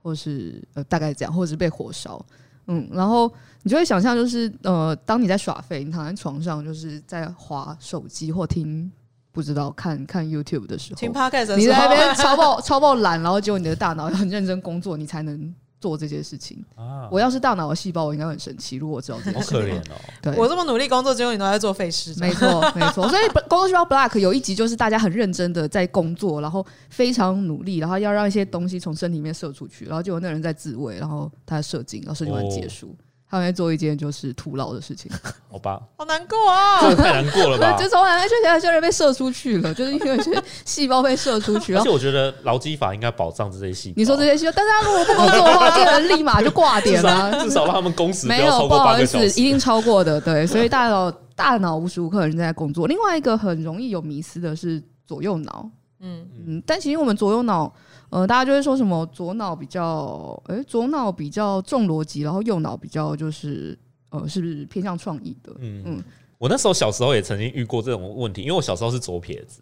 或是呃大概这样，或者是被火烧。嗯，然后你就会想象，就是呃，当你在耍废，你躺在床上，就是在划手机或听不知道看看 YouTube 的时候，
听 podcast 的
你
时
在那
候
边超爆超爆懒，然后结果你的大脑要很认真工作，你才能做这些事情。
啊，
我要是大脑的细胞，我应该会很生气。如果我知道这件
好
事，
可怜哦。
对，
我这么努力工作，结果你都在做废事，
没错， 没错。所以《工作细胞 Black》有一集就是大家很认真的在工作，然后非常努力，然后要让一些东西从身体里面射出去，然后结果那人在自慰，然后他射精，然后射精完结
哦
束，他们在做一件就是徒劳的 事情，？
好吧，
好难过啊、
这个太难过了 吧
就从来没就觉得这人被射出去了，就是因为有些细胞被射 出去，
而
然
且
后。
我觉得劳基法应该保障这些细胞。
你说这些细胞，但是他如果不工作的话，这个人立马就挂
至
点了、
少至少让他们工啊时不
没
要
有，
超
不
过八
好意
个小
思，
时。
一定超过的。对，所以大脑大脑无时无刻有人在工作。另外一个很容易有迷思的是左右脑，
嗯，
嗯，但其实我们左右脑，呃，大家就会说什么左脑比较，诶，左脑比较重逻辑，然后右脑比较就是，呃，是不是偏向创意的？
嗯
嗯
我那时候小时候也曾经遇过这种问题，因为我小时候是左撇子，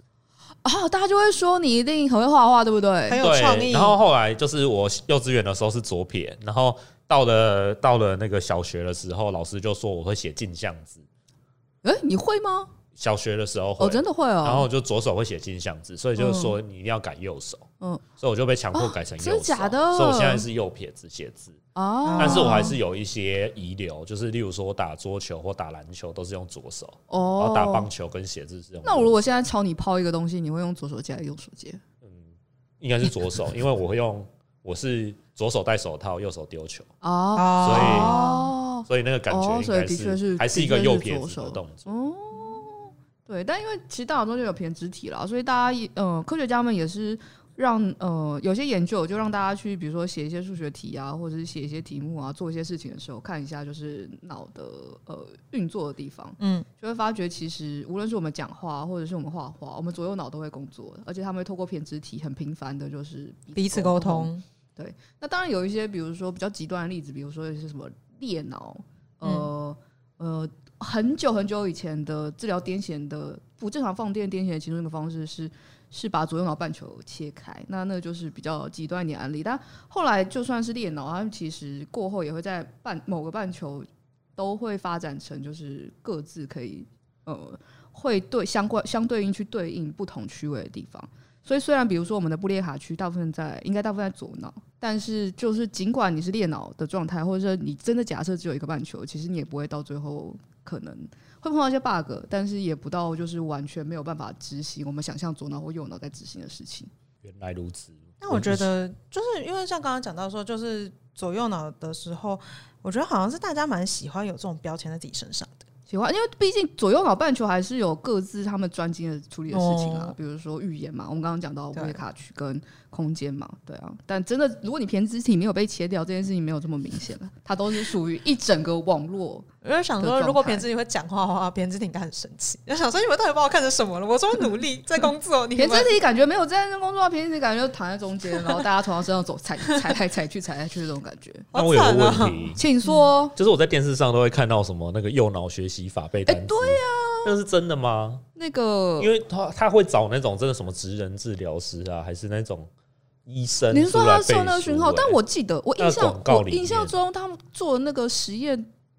啊，大家就会说你一定很会画画，对不
很
对？
有创
对。
意。
然后后来就是我幼稚园的时候是左撇，然后到了到了那个小学的时候，老师就说我会写镜像字。
诶，你会吗？
小学的时候会，
哦，真的会
然后
哦，
就左手会写镜像字，所以就是说你一定要改右手。
嗯
所以我就被强迫改成右手，
啊真的假的
所以我现在是右撇子写字，
啊，
但是我还是有一些遗留，就是例如说我打桌球或打篮球都是用左手，然
哦
后打棒。球跟写字是用右手。
那我如果现在朝你抛一个东西，你会用左手接还是右手接？
嗯应该是左手，因为我会用我是左手戴手套，右手丢球，
哦，
所以
哦，
所以那个感
哦
觉应
所以
该
的确
是
是
还是一个
的确是
右撇
左
子的
手
动作。
哦，对，但因为其实大脑中就有偏肢体啦，所以大家也呃，科学家们也是让呃有些研究就让大家去，比如说写一些数学题啊，或者是写一些题目啊，做一些事情的时候，看一下就是脑的呃运作的地方，
嗯，
就会发觉其实无论是我们讲话，或者是我们画画，我们左右脑都会工作，而且他们会透过偏肢体很频繁的，就是
彼此沟。通，
那当然有一些，比如说比较极端的例子，比如说一些什么裂脑，呃、呃，很久很久以前的治疗癫痫的不正常放电癫痫的其中一个方式是是把左右脑半球切开，那那就是比较极端一点案例。但后来就算是裂脑，他们其实过后也会在半某个半球都会发展成就是各自可以呃会对相关相对应去对应不同区位的地方。所以虽然比如说我们的布列卡区大部分在应该大部分在左脑，但是就是尽管你是裂脑的状态，或者是你真的假设只有一个半球，其实你也不会到最后可能会碰到一些 bug，但是也不到就是完全没有办法执行我们想象左脑或右脑在执行的事情。
原来如此。
那我觉得，就是因为像刚刚讲到说，就是左右脑的时候，我觉得好像是大家蛮喜欢有这种标签在自己身上的。
其铁花，因为毕竟左右脑半球还是有各自他们专精的处理的事情啊，
哦
比如说预言嘛，我们刚刚讲到
对
维卡区跟空间嘛，对啊。但真的，如果你胼胝体没有被切掉，这件事情没有这么明显了，它都是属于一整个网络。
我就想
的
说，
状
如果
态
扁子你会讲话的话，扁子你应该很生气。我想说，你们到底把我看成什么了？我说努 力在工作，你
胼
们
胝体感觉没有在认真工作啊，胼胝体感觉就躺在中间，然后大家从他身上走， 踩踩来踩去，踩来踩去这种感觉。
那
好
我有个
惨
问
啊！
题，
请说，
就是我在电视上都会看到什么那个右脑学习法背
哎
单词，对呀、那是真的吗？
那个
因为他他会找那种真的什么职能治疗师啊，还是那种医生出来背
您
书欸？
说他设那个讯号，但我记得我
那
印象
广告
我
里面
印象中他们做那个实验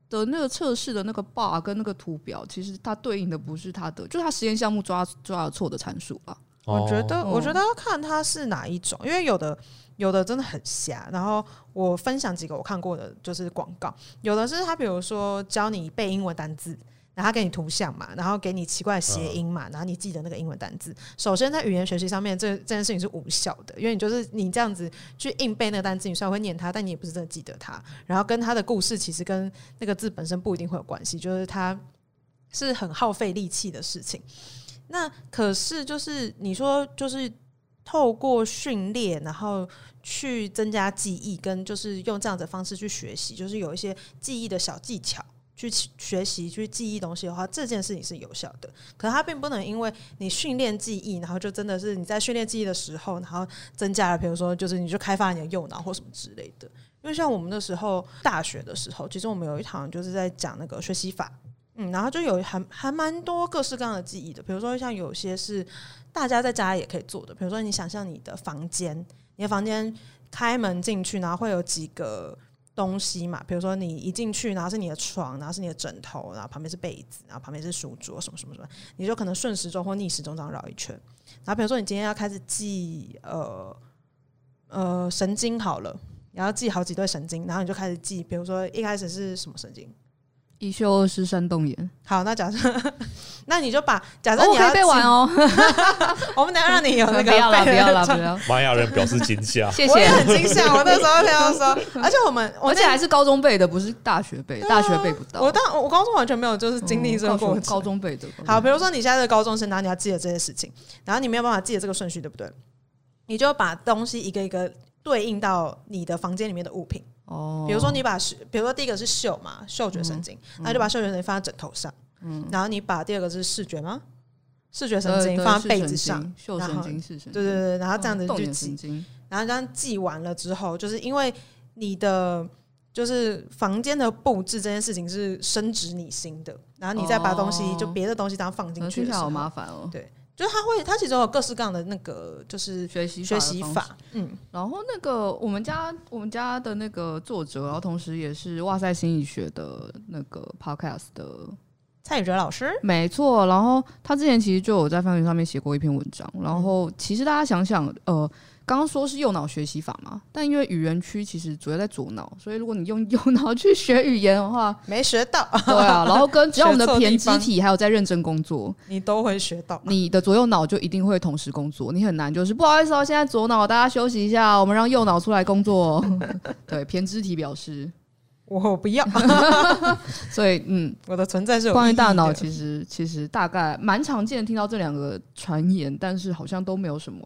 的那个测试的那个 bar 跟那个图表，其实它对应的不是它的，就是它实验项目抓抓的错的参数吧。
我觉得，
哦
我觉得要看他是哪一种，因为有的有的真的很瞎。然后我分享几个我看过的，就是广告，有的是他比如说教你背英文单字。然后他给你图像嘛，然后给你奇怪的谐音嘛，然后你记得那个英文单字。首先，在语言学习上面，这这件事情是无效的，因为你就是你这样子去硬背那个单字，你虽然会念它，但你也不是真的记得它。然后跟它的故事其实跟那个字本身不一定会有关系，就是它是很耗费力气的事情。那可是就是你说就是透过训练，然后去增加记忆，跟就是用这样子的方式去学习，就是有一些记忆的小技巧。去学习、去记忆东西的话，这件事情是有效的。可它并不能因为你训练记忆，然后就真的是你在训练记忆的时候，然后增加了，比如说就是你就开发你的右脑或什么之类的。因为像我们那时候大学的时候，其实我们有一堂就是在讲那个学习法，嗯，然后就有还还蛮多各式各样的记忆的，比如说像有些是大家在家也可以做的，比如说你想象你的房间，你的房间开门进去，然后会有几个东西嘛，比如说你一进去，然后是你的床，然后是你的枕头，然后旁边是被子，然后旁边是书桌，什么什么什么，你就可能顺时钟或逆时钟这样绕一圈。然后比如说你今天要开始记呃呃神经好了，你要记好几对神经，然后你就开始记，比如说一开始是什么神经。
一休二师山洞眼，
好，那假设， 那你就把假设
哦，
你
我可
要
以背完
记，
哦，
我们等一下让你有 那个
不要
背
了，不
的
要
那
了，
种
不要，
玛雅人表示惊
，
吓
谢
我也
谢。
很惊吓，我那时候听到 说，而且我们，我
而
那啊
且还是高中背的，不是大学背，的，大学背不到。
我当我高中完全没有就是经历这个
嗯高
过
中
程
高。中背的。
好，比如说你现在是高中生，然后你要记得这些事情，然后你没有办法记得这个顺序，对不对？你就把东西一个一个对应到你的房间里面的物品，
哦，嗯
比如说你把嗅，比如说第一个是嗅嘛，嗅觉神经，那就把嗅觉神经放在枕头上，然后你把第二个是视觉吗？视觉神
对
经
对
放在
视
被
神
子
经
上，
嗅
然
神
后
经、视神经，
对对对，然后这样子
动
去
眼
记
神，经，
然后这样记完了之后，就是因为你的就是房间的布置这件事情是深植你心的，然后你再把东西、
哦
就别的东西这样放进
嗯
去
听
的时
起来好
候，
麻烦哦。
就是它会它其中有各式各样的那个就是
学习
学
的
习
方式
法，嗯，
然后那个我们家我们家的那个作者，然后同时也是哇塞心理学的那个 podcast 的，
蔡宇哲老师，
没错。然后他之前其实就有在翻云上面写过一篇文章。然后其实大家想想，呃，刚刚说是右脑学习法嘛，但因为语言区其实主要在左脑，所以如果你用 右脑去学语言的话，
没学 到，
对啊，然后跟只要我们的
学错地
胼
方
胝体还有在认真工作，
你都会学到。
你的左右脑就一定会同时工作，你很难就是不好意思哦，现在左脑大家休息一下，我们让右脑出来工作 哦。对，偏肢体表示，
我不要，
所以嗯，
我的存在是有
关于大脑，
意义的
其实其实大概蛮常见听到这两个传言，但是好像都没有什么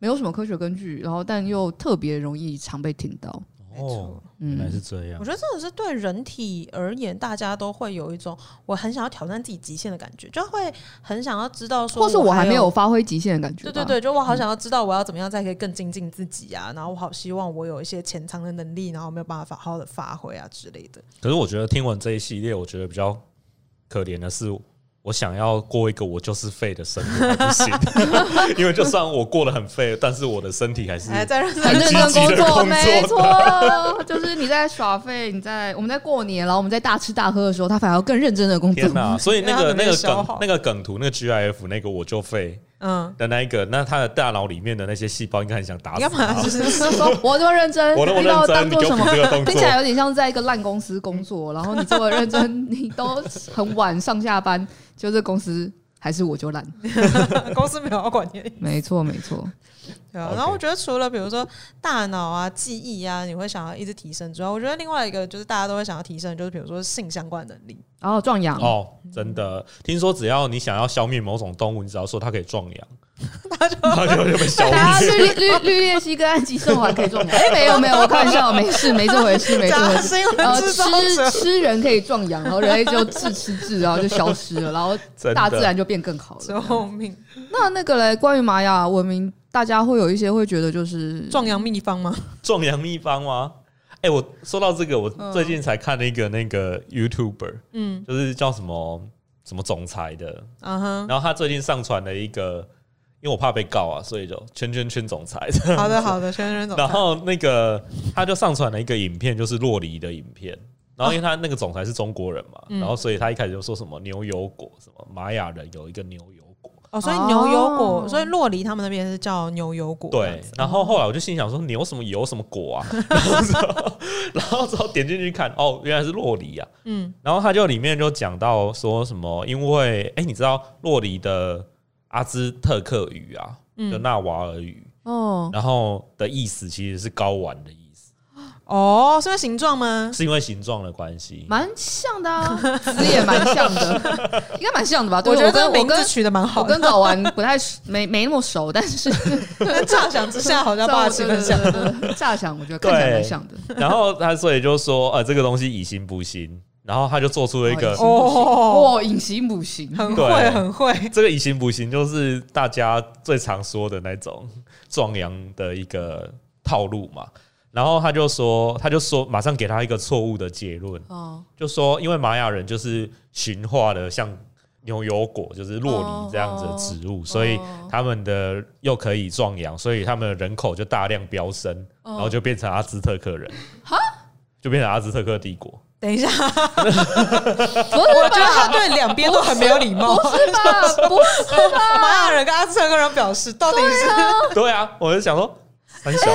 没有什么科学根据，然后但又特别容易常被听到。
没
哦
错，
原来
嗯
是，这样
我。觉得这个是对人体而言，大家都会有一种我很想要挑战自己极限的感觉，就会很想要知道说，
或是我
我
还没
有
有发挥极限的感觉。
对对
吧，
对，就我
嗯
好想要知道我要怎么样才可以更精进自己啊，然后我好希望我有一些潜藏的能力，然后没有办法好好的发挥啊之类的。
可是我觉得听完这一系列，我觉得比较可怜的是，我想要过一个我就是废的生活还不行，因为就算我过得很废，但是我的身体还是
哎，再 让
很认真工
积极地工
作，
作
没错，就是你在耍废，你在我们在过年，然后我们在大吃大喝的时候，他反而更认真的工作
天。哪！所以那个
因为他们没
那
有
个
消
梗
耗
那个梗图那个 GIF 那个我就废
嗯，
的那一个，那他的大脑里面的那些细胞应该很想打
你
死啊
干嘛？
他
就。是
说我这么认真，
我那么
你把
认
我
真，
当
你
做
给
什
我比
么？
这个动
听
作
起，来有点像在一个烂公司工作，然后你这么认真，你都很晚上下班，就这公司还是我就懒？
公司没有要管 你。
没错，没错。
对啊，
OK
然后我觉得除了比如说大脑啊、记忆啊，你会想要一直提升之外，我觉得另外一个就是大家都会想要提升，就是比如说性相关能力。
然后壮阳，
哦，真的，听说只要你想要消灭某种动物，你只要说它可以壮阳，它就它就就被消
大家
灭。
去绿绿绿鬣蜥跟安吉兽还可以壮阳？哎，没有没有，我开玩笑，没事，没这回事，没这回
假
事。
新闻
哦
呃，
制造者
吃吃人可以壮阳，然后人类就自吃自，然后就消失了，然 后
真的
大自然就变更好了。
救 命！
那那个嘞，关于玛雅文明，大家会有一些会觉得就是
壮阳秘方吗？
壮阳秘方吗？哎、我说到这个，我最近才看了一个那个 YouTuber，
嗯
就是叫什么什么总裁的，
啊哈，
然后他最近上传了一个，因为我怕被告啊，所以就圈圈圈总裁。
好 的好的，轩轩总裁。
然后那个他就上传了一个影片，就是洛梨的影片。然后因为他那个总裁是中国人嘛，
嗯
然后所以他一开始就说什么牛油果，什么玛雅人有一个牛油果。
哦，所以牛油果，
哦
所以洛梨他们那边是叫牛油果。
对，然后后来我就心想说牛什么油什么果啊， 然后之后然后之后点进去看，哦，原来是洛梨啊。
嗯，
然后他就里面就讲到说什么，因为哎，你知道洛梨的阿兹特克语啊，
嗯
就纳瓦尔语，
哦，
然后的意思其实是睾丸的 意思，
哦，是因为形状吗？
是因为形状的关系。
蛮像的啊，词也蛮像的， 应该蛮像的吧？对
我觉得这
跟
个
我
名
跟
字取得蛮好
我
的
跟，睾丸不太没没那么熟，但是
但乍想之下 好像八十七分像。
对对对对乍想呃我觉得看起来蛮像的。
然后他所以就说，呃，这个东西以形补形，然后他就做出了一个、
哦
哦，隐形不行，
很会，
对
很会。
这个以形补形，就是大家最常说的那种壮阳的一个套路嘛。然后他就说，他就说，马上给他一个错误的结论，
哦，
就说因为玛雅人就是驯化的像牛油果，就是洛梨这样子的植物，所以他们的又可以壮阳，所以他们的人口就大量飙升，然后就变成阿兹特克人，就变成阿兹特克帝国。
等一下，
我
我觉得他对两边都很没有礼 貌。
不是吧？不是吧？
玛雅人跟阿兹特克人表示，到底是
对啊，我就想说，很小。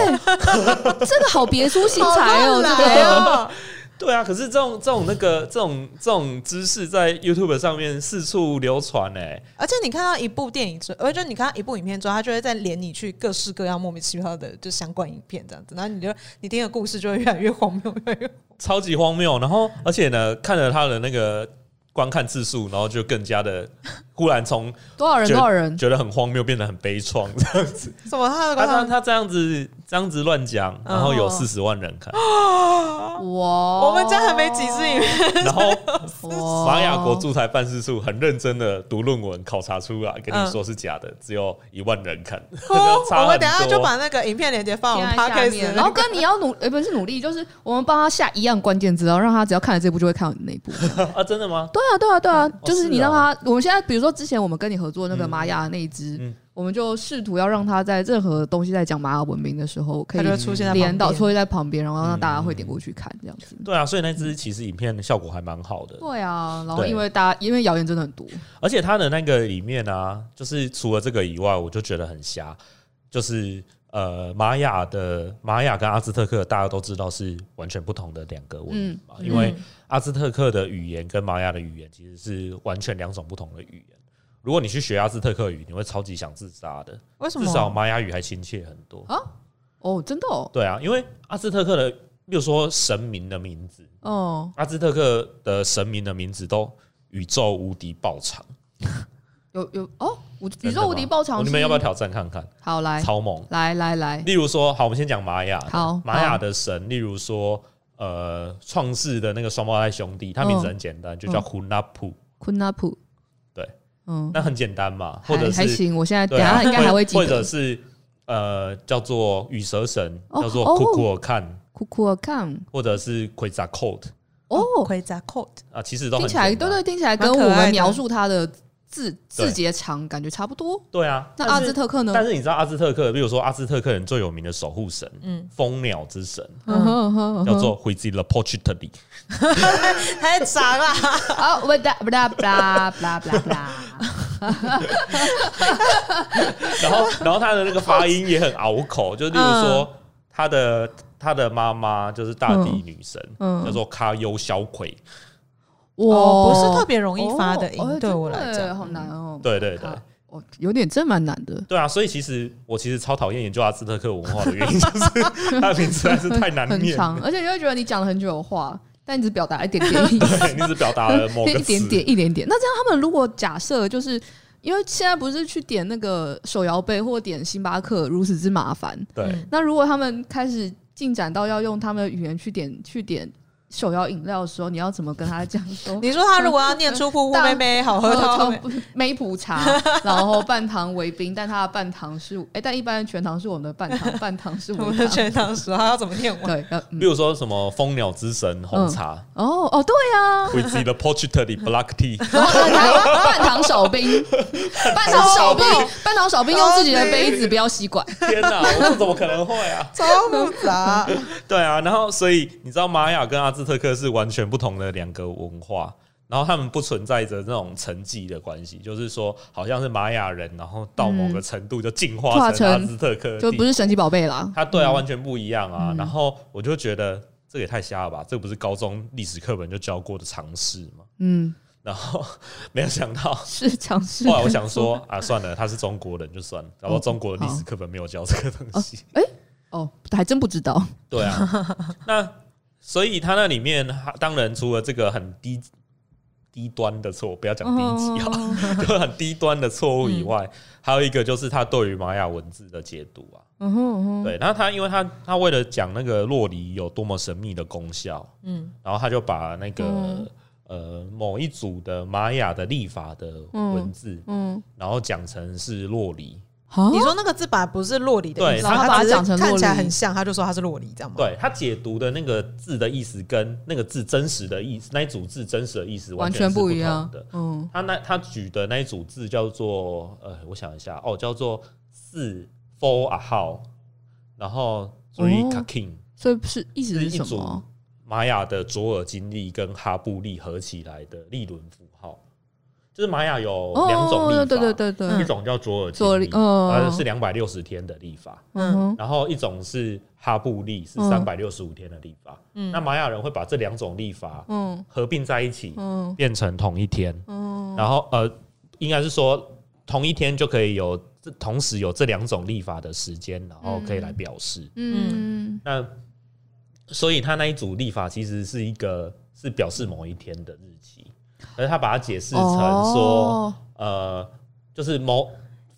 这个好别出心
好
裁哦，
乱
这
来
个
啊哦。
对啊，可是这种这种那个这种这种知识在 YouTube 上面四处流传哎、
而且你看到一部电影之，而且你看到一部影片之后，他就会再连你去各式各样莫名其妙的就相关影片这样子，然后你就你听的故事就会越来越荒谬，越来越
超级荒谬。然后而且呢，看了他的那个观看次数，然后就更加的忽然从
多少人
觉得
多少人？
觉得很荒谬变得很悲怆。
什么他的
他
观
他
众。
他这样子这样子乱讲，
嗯
然后有四十万人
哦
看，
哇，
我
我
们家还没几支影片，
然后
哇
玛雅国驻台办事处很认真的读论文考察出来，跟你说是假的，只有一万人看，
嗯哦我
差
们
很
等一下就把
多。
那个影片链接放我
贴
们
在下
podcast，的
面，
那
然后
个
跟你要努，呃，不是努力，就是我们帮他下一样关键字，然后让他只要看了这部就会看到你那一 部。
啊，真的吗？
对啊，对啊，对啊，就是
是
你让
啊
他，我们现在比如说之前我们跟你合作那个
嗯
玛雅那一只，
嗯
我们就试图要让他在任何东西在讲玛雅文明的时候，可
他就会
以
出现在
连导
旁边
出现在旁边，然后让大家会点过去看这样子。
嗯对啊，所以那支其实影片效果还蛮好的，
对啊，然后
对
因为大家因为谣言真的很多，
而且它的那个里面啊，就是除了这个以外，我就觉得很瞎，就是呃，玛雅的玛雅跟阿兹特克大家都知道是完全不同的两个文明嘛，
嗯
因为阿兹特克的语言跟玛雅的语言其实是完全两种不同的语言。如果你去学阿兹特克语，你会超级想自杀的，
为什
至
么？
少玛雅语还亲切很多。
哦，真的哦，
对啊，因为阿兹特克的，比如说神明的名字，
哦，
阿兹特克的神明的名字都宇宙无敌爆长。
有有哦，我宇
真的吗哦
宙无敌爆长，
你们要不要？挑战看看？
好来
超猛！
来来来，
例如说，好，我们先讲玛雅。
好
玛雅
好
的神，例如说，呃，创世的那个双胞胎兄弟，他名字很简单，就叫
嗯
Kunapu，
昆纳普，
对，
嗯，
那很简单嘛。或
还
者
还
是，
行，我现在等
对
一
啊，
下应该还会记
或者
得。
是呃，叫做羽蛇神，
哦
叫做
哦
Kuku 看，
酷酷尔看
或者是 q u e z a c o t
哦，
盔甲 coat，
啊，其实都
听
很
起来
简
对
单
对，听起来跟
蛮可
我
爱的
们描述它的字字
对
节长感觉差不多。
对啊。
那
但
阿
是
兹特克呢？
但是你知道阿兹特克，比如说阿兹特克人最有名的守护神，嗯，蜂鸟之神，
嗯哼嗯哼嗯哼
叫做 q u i z i l p o c h i t l i
太长 啦！
啊，不哒 不哒不哒不哒不哒不哒，
然后，然后他的那个发音也很拗口，就例如
嗯
说他的他的妈妈就是大地女神，
嗯
叫做卡优小葵，
我、
哦，不是特别容易发的
哦
音，
哎
对我
真
来
的耶
讲
好难哦。
对对对
卡，哦，有点真蛮难的，
对啊，所以其实我其实超讨厌研究阿兹特克文化的原因，就是他的名字实在是太难
很
念，
长，而且你会觉得你讲了很久的话，但你只表达一点点意思，
对，你只表达了某个
一点
词
点一点点。那这样他们如果假设就是。因为现在不是去点那个手摇杯或点星巴克如此之麻烦，
对，
嗯
那如果他们开始进展到要用他们的语言去点去点手摇饮料的时候，你要怎么跟他讲说
你说他如果要念出“呼呼妹妹好喝汤
呃 梅 普茶，然后半糖为冰，但它的半糖是哎、但一般的全糖是我们的半糖，半糖是”，
我
无
们的
糖。
全糖时候要怎么念完？
对，呃嗯
比如说什么蜂鸟之神红茶
哦哦，对呀、啊，
，with the portugal black tea，
然后呢拿半糖 少冰，半糖少冰，半糖少冰，用自己的杯子，不要吸管。
天哪，我怎么可能会啊？
超复 杂，
对啊，然后所以你知道玛雅跟阿兹特克是完全不同的两个文化，然后他们不存在着那种层级的关系，就是说好像是玛雅人，然后到某个程度就进化
化
成
成
阿兹特克的
嗯就
地
不是嗯神奇宝贝啦，
他对啊，完全不一样啊。然后我就觉得这个也太瞎了吧，这不是高中历史课本就教过的常识吗？
嗯，
然后没有想到，
是尝试。
后来我想说啊，算了，他是中国人就算了，然后中国的历史课本没有教这个东西。
哦，还真不知道，
对啊， 那所以他那里面他当然除了这个很低低端的错，不要讲低级啊，
哦
就很低端的错误以外，还有一个就是他对于玛雅文字的解读啊。
嗯哼嗯哼
对，然后他因为他他为了讲那个洛梨有多么神秘的功效，
嗯，
然后他就把那个、
嗯
呃某一组的玛雅的历法的文字，
嗯，
然后讲成是洛梨。
好
你，说那个字本来不是洛里的
对
意思，
他
他
把它
只是
讲成
看起来
洛里
很像，他就说他是洛里，这样吗？
对他解读的那个字的意思跟那个字真实的意思，那一组字真实的意思
完
全
全
是不
不一样
同的。，
嗯，
他那他举的那一组字叫做呃，我想一下哦，叫做四 four 啊号，然后 three
哦
kaking，、
所以是意思
是
是
一
什
组
么？
玛雅的左耳金历跟哈布历合起来的利轮符号，就是玛雅有两种历法，
哦，对对对对，
一种叫左耳
左
金
立
历，
嗯
呃是两百六十天的历法，
嗯哼，
然后一种是哈布历是
嗯
三百六十五天的历法。
嗯
那玛雅人会把这两种历法
嗯
合并在一起，
嗯
变成同一天，
嗯，
然后呃，应该是说同一天就可以有这同时有这两种历法的时间，然后可以来表示。
嗯
那所以他那一组历法其实是一个是表示某一天的日期，而他把它解释成说，
哦
呃，就是某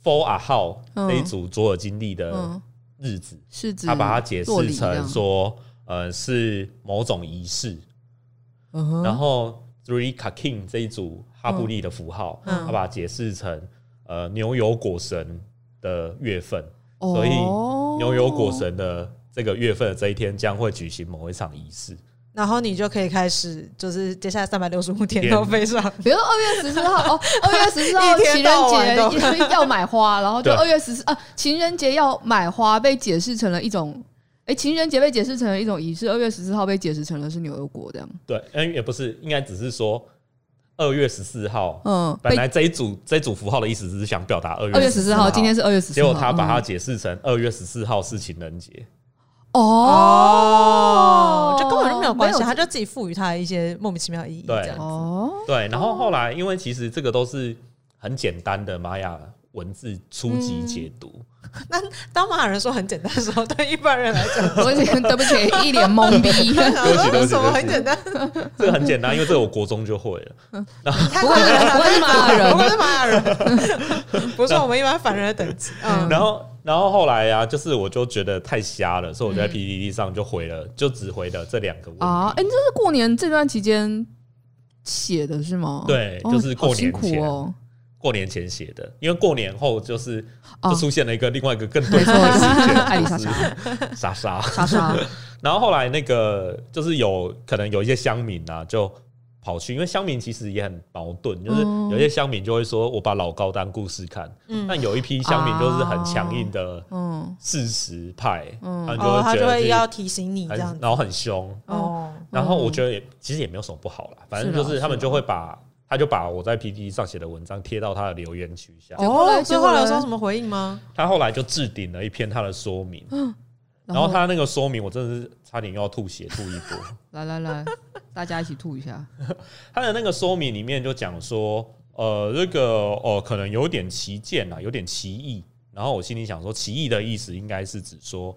for 啊号
嗯
那一组左耳经历的
嗯，
日子，
是指
他把它解
做礼
释
这样
成，说，呃，是某种仪式，
嗯哼
然后 three kaking 这一组哈布利的符号，
嗯
他把它解释成呃牛油果神的月份，所以
哦
牛油果神的这个月份的这一天将会举行某一场仪式。
然后你就可以开始，就是接下来三百六十五天都非常
比如说二月十四号，哦，二月十四 号
一
情
天到晚都
人节要买花，然后就
对
二月十四啊，情人节要买花被解释成了一种，哎，情人节被解释成了一种仪式，二月十四号被解释成了是牛油果这样，
对，嗯，也不是，应该只是说二月十四号。
嗯，
本
被
来这一组这一组符号的意思只是想表达二月
二月十四号，今天是二月十四
结
号，
果他把它
嗯
解释成二月十四号是情人节，
哦，
就根本就没有关系，
没
他就自己赋予它一些莫名其妙的意义，
对
这样子。
哦，
对。然后后来，因为其实这个都是很简单的玛雅文字初
嗯
级解读，
那当玛雅人说很简单的时候，对一般人来讲，
我已经对不起，一脸懵 逼。
想说
对不起对不起
什么很简单，
这个很简单，因为这个我国中就会了。
太
不
快
会
了
不会是玛雅人
不会是 玛雅人， 不是我们一般凡人的等级。嗯，
然后，然后后来啊，就是我就觉得太瞎了，所以我就在 PPT 上就回了，就只回了这两个问题。
啊，嗯哎、你这是过年这段期间写的是吗？
对
哦
就是过年
好辛
前
苦 哦。
过年前写的，因为过年后就是
哦
就出现了一个另外一个更对
没
冲
错，
的事 件，
艾丽莎
就
莎，
是莎莎。
莎莎，
然后后来那个就是有可能有一些乡民啊，就跑去，因为乡民其实也很矛盾，就是
嗯
有一些乡民就会说我把老高当故事看，
嗯
但有一批乡民就是很强硬的
嗯，
事实派，
嗯
他们就
哦，他
会觉
就
得自
会
己
要提醒你这
很
样子。
然后很凶，
哦，
然后我觉得也其实也没有什么不好啦，反正就是
是啊
他们
是啊
就会把他就把我在 PPT 上写的文章贴到他的留言区下，
结果嘞
哦，最
结果
后
嘞
来有说什么回应吗？嗯
他后来就置顶了一篇他的说明，然后他那个说明，我真的是差点又要吐血吐一波。
来来来， 大家一起吐一下。
他的那个说明里面就讲说，呃，这个哦，可能有点歧见啦，有点歧义。然后我心里想说，歧义的意思应该是指说，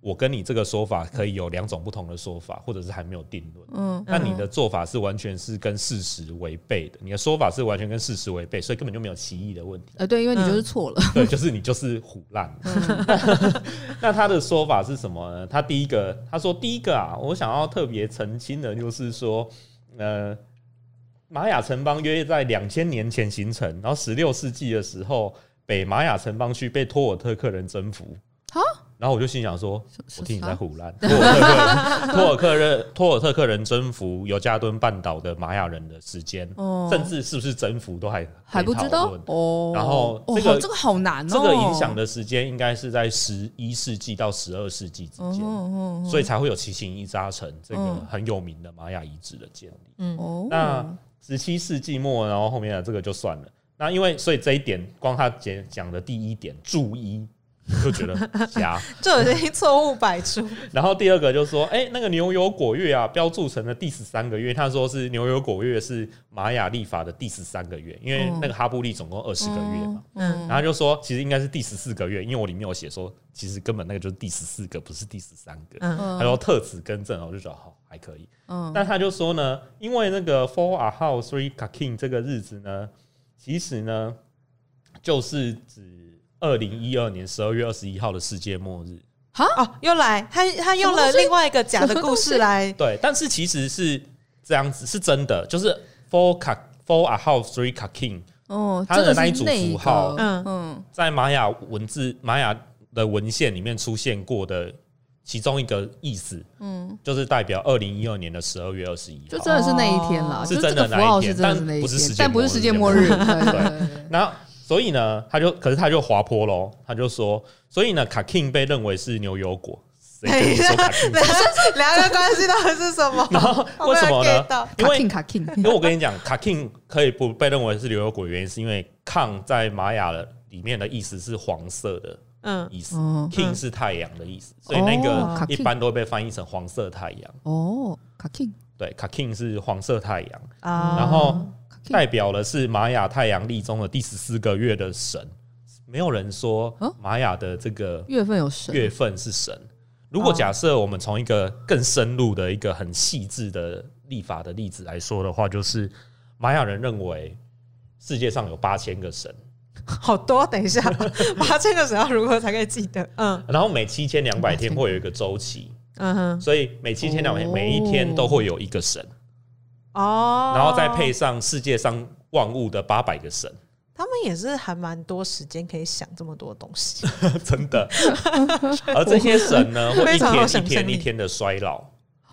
我跟你这个说法可以有两种不同的说法，或者是还没有定论。
嗯，
但你的做法是完全是跟事实违背的，你的说法是完全跟事实违背，所以根本就没有歧义的问题。
呃，对，因为你就是错了。
对，就是你就是虎烂。
嗯
那他的说法是什么呢？他第一个，他说第一个啊，我想要特别澄清的就是说，呃，玛雅城邦约在两千年前形成，然后十六世纪的时候，北玛雅城邦区被托尔特克人征服。
啊
然后我就心想说，
是
我听你在
啥
胡乱。托尔特克人，托尔克人， 托尔特克人征服尤加敦半岛的玛雅人的时间，
哦
甚至是不是征服都还
还不知
可以讨
道
论
哦。
然后
哦
这个
好这个好难哦，
这个影响的时间应该是在十一世纪到十二世纪之
哦
间，
哦
所以才会有奇琴伊扎城这个
嗯
很有名的玛雅遗址的建立。
嗯，
哦，
那十七世纪末，然后后面的这个就算了。那因为所以这一点，光他讲讲的第一点注意，就觉得瞎。
就已经错误百 出。
然后第二个就说，哎、那个牛油果月啊，标注成了第十三个月。他说是牛油果月是玛雅历法的第十三个月，因为
哦
那个哈布利总共二十个月嘛。
嗯
然后他就说，其实应该是第十四个月，因为我里面有写说，其实根本那个就是第十四个，不是第十三个。
嗯
他说特此更正，我就觉得好还可以。
嗯
但他就说呢，因为那个 Four a h o u s Three Kakin 这个日子呢，其实呢就是指二零一二年十二月二十一号的世界末日。
哦，又来，他他用了另外一个假的故事来，
对，但是其实是这样子，是真的，就是 Four Ka Four a h o u s Three Kakin
哦，
它
这
的
个
那一
是
组
内
符号
的
嗯
嗯
在玛雅文字、玛雅的文献里面出现过的其中一个意思，
嗯，
就是代表二零一二年的十二月二十一
就
号。
真的是那一天啦，
哦
就是这
真
个
的
符
那一
号是
天
真的
但
那一
不是
天
世，界
但不是
末
世
日
界
这
末
样
日，对 对对对对
然后，所以呢，他就可是他就滑坡喽，他就说，所以呢，卡 king 被认为是牛油果。谁跟
哎
你说卡 king？
两个关系到底是什么？
然后为什么
我没有 get
呢？
到
因
卡
为
king 卡 king，
因为我跟你讲，卡 king 可以不被认为是牛油果，原因是因为抗在玛雅的里面的意思是黄色的
嗯，
意思、
嗯
k i n g 是太阳的意思，所以那个
哦
一般都会被翻译成黄色太阳。
哦，卡 king，
对，卡 king 是黄色太阳，
啊
然后
卡哦 king，
代表的是玛雅太阳历中的第十四个月的神。没有人说
哦
玛雅的这个
月份有神，
月份是神。如果假设我们从一个更深入的一个很细致的历法的例子来说的话，就是玛雅人认为世界上有八千个神，
好多，等一 下，八千个神要如何才可以记得？嗯
然后每七千两百天会有一个周期，
嗯哼，
所以每七千两百天
哦
每一天都会有一个神，
哦，
然后再配上世界上万物的八百个神，
他们也是还蛮多时间可以想这么多东西，
真的。而这些神呢， 会一
非常有
天
想象
一天
力
一天的衰老，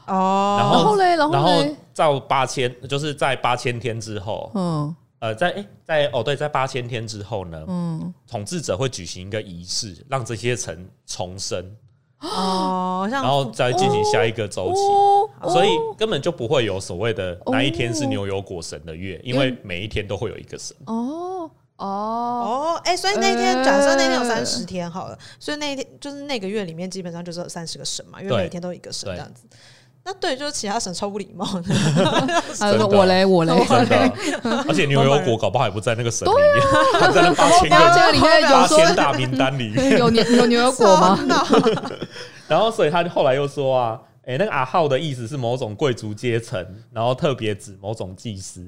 哦，
然
然后嘞，然
然后
嘞，
到八千，就是在八千天之后，
嗯
呃，在诶，在哦对，在八千天之后呢，
嗯，
统治者会举行一个仪式，让这些城重生，
哦，像
然后再进行下一个周期。
哦，
所以
哦
根本就不会有所谓的
哦
哪一天是牛油果神的月，因为每一天都会有一个神。
哦哦，
哦，哎、所以那天
呃
假设那
哎
天有三十天好了，所以那一天就是那个月里面基本上就是有三十个神嘛，因为
对
每天都有一个神
对
这样子。那对，就是其他神超不礼貌的，
啊，
真的
我嘞我嘞，
真的， 而且牛油果搞不好也不在那个神里面， 它在那八千
啊然
个
后这个里面有
八
说
千大名单里面。
有牛有牛油 果吗？
真的
然后所以他后来又说啊，哎、那个阿浩的意思是某种贵族阶层，然后特别指某种祭司。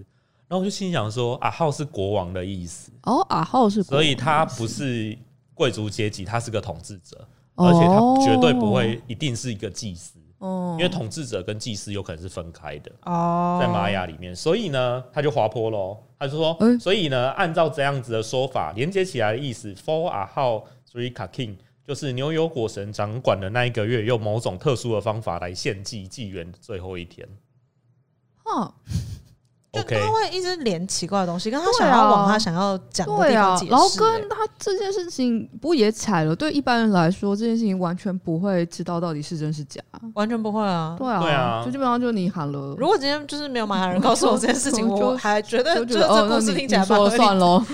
然后我就心想说，阿浩是国王的意思，
哦，阿浩是国
所
王，
以他不是贵族阶级，他是个统治者，
哦
而且他绝对不会一定是一个祭司，
哦
因为统治者跟祭司有可能是分开的。
哦，
在玛雅里面，所以呢，他就滑坡喽。他就说，
嗯
所以呢，按照这样子的说法，连接起来的意思，Four a How Three Ka King，就是牛油果神掌管的那一个月，用某种
哦
特殊的方法来献祭纪元的最后一天。
啊，
就
OK，
他会一直连奇怪的东西，跟他
对
想要往
啊
他想要讲的
对
地方
啊
解，释、
然后
欸
跟他这件事情不也踩了？对一般人来说，这件事情完全不会知道到底是真是假。
完全不会啊。
对啊，
对啊
就基本上就你喊了，
如果今天就是没有玛雅人告诉我这件事 情，
我就
我还觉得
就
就
觉
是
得
这
哦，那
故
你
事
你
听起来蛮合
说
理
算喽，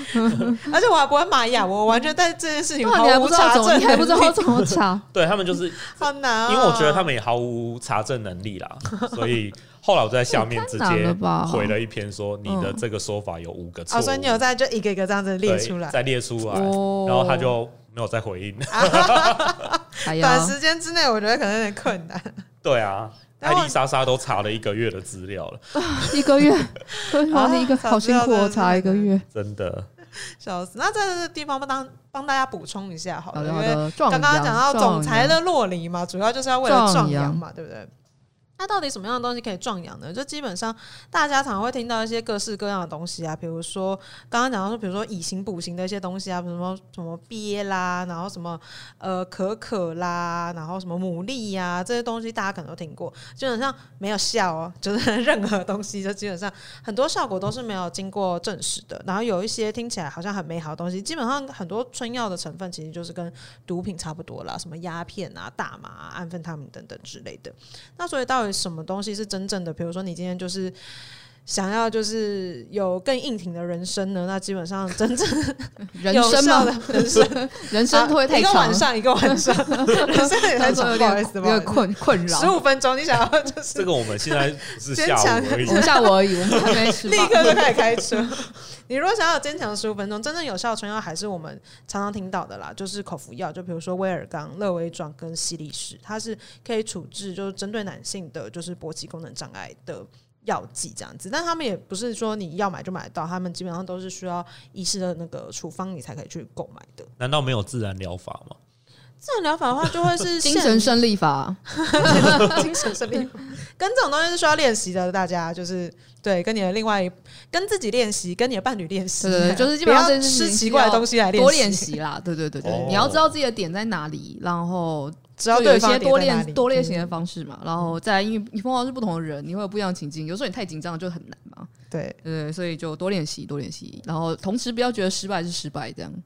而且我还不会玛雅，我完全在这件事情
对啊，
毫
你还不
无
知道
查
怎
证
么，
能力，
你还不知道怎么查。
对他们就是，
好难、啊。
因为我觉得他们也毫无查证能力啦，所以后来我就在下
哦
面直
太难
接
了吧
回了一篇说你的
嗯
这个说法有五个错
哦，
误，
所以你有在就一个一个这样子列
对
出来，
再列出来，
哦
然后他就没有再回应。
哎
短
呀，
时间之内我觉得可能有点困难。
对啊，
但
艾
我
丽莎莎都查了一个月的资料了，
一个月， 可以吗？你一个
早
好
知
辛
道
苦
真
哦，
的是
查一个月。
真的。
笑死！那在这个地方帮当帮大家补充一下好
好
了，
的
因
好
为
的，
刚刚讲到总裁
的
的洛梨嘛，主要就是要为了壮
壮
阳
阳
嘛，对不对？那到底什么样的东西可以壮阳呢？就基本上大家常会听到一些各式各样的东西啊，比如说刚刚讲到说，比如说以形补形的一些东西啊，比如说什么鳖啦，然后什么呃可可啦，然后什么牡蛎呀、这些东西，大家可能都听过。基本上没有效哦， 就是任何东西，就基本上很多效果都是没有经过证实的。然后有一些听起来好像很美好的东西，基本上很多春药的成分其实就是跟毒品差不多啦，什么鸦片啊、大麻、啊、安非他命等等之类的。那所以到底什么东西是真正的？比如说你今天就是。想要就是有更硬挺的人生呢，那基本上真 正
人
有
生
效的
嘛，
人生，
人生会不会
啊
太
一个
长
晚
了，
上一个晚 上，人生也太
他
长，
说有
不好
点
意思，
有
不 好意
点
思，
困困扰
十。五分钟，你想要就是
这个我们现在只 是
坚
下午
强
而已
我，们下午而已，我们还没吃
立
饭。
刻就开始开车。你如果想要有坚强十五分钟，真正有效的春药还是我们常常听到的啦，就是口服药，就比如说威尔刚、乐威壮跟西力士，它是可以处置就是针对男性的就是勃起功能障碍的。药剂这样子，但他们也不是说你要买就买得到，他们基本上都是需要医师的那个处方，你才可以去购买的。
难道没有自然疗法吗？
自然疗法的话，就会是
精
现
神胜利法，
精神胜利法，跟这种东西是需要练习的，大家就是对，跟你的另外一跟自己练习，跟你的伴侣练习，
对对对就是基本上
不要
这件事情
吃奇怪的东西来
多练
练，
习啦，对对对对
哦，
你要知道自己的点在哪里，然后
只要
就有
对
一
方的
些
点
多
在哪里
练多练习的方式嘛，然后再来因为你碰到是不同的人，你会有不一样的情境，有时候你太紧张就很难嘛，
对。
对对，对所以就多练习多练习，然后同时不要觉得失败是失败这样。嗯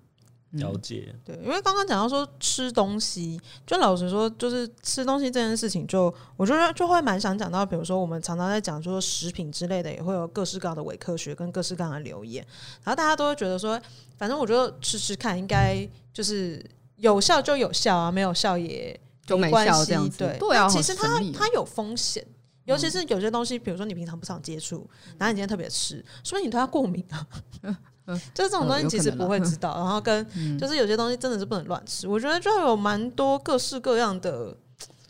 了解，
对，因为刚刚讲到说吃东西，就老实说，就是吃东西这件事情就，我觉得就会蛮想讲到，比如说我们常常在讲说食品之类的，也会有各式各样的伪科学跟各式各样的流言，然后大家都会觉得说，反正我觉得吃吃看，应该就是有效就有效啊，没有效也
就没
关
效
系
这样子
对，，
对啊，
但其实
好
它
神秘
它有风险。尤其是有些东西，比如说你平常不常接触，然后你今天特别吃，说明你对它过敏啊。
嗯
就是这
哦
种东西其实不会知道，然后跟就是有些东西真的是不能乱吃。我觉得就有蛮多各式各样的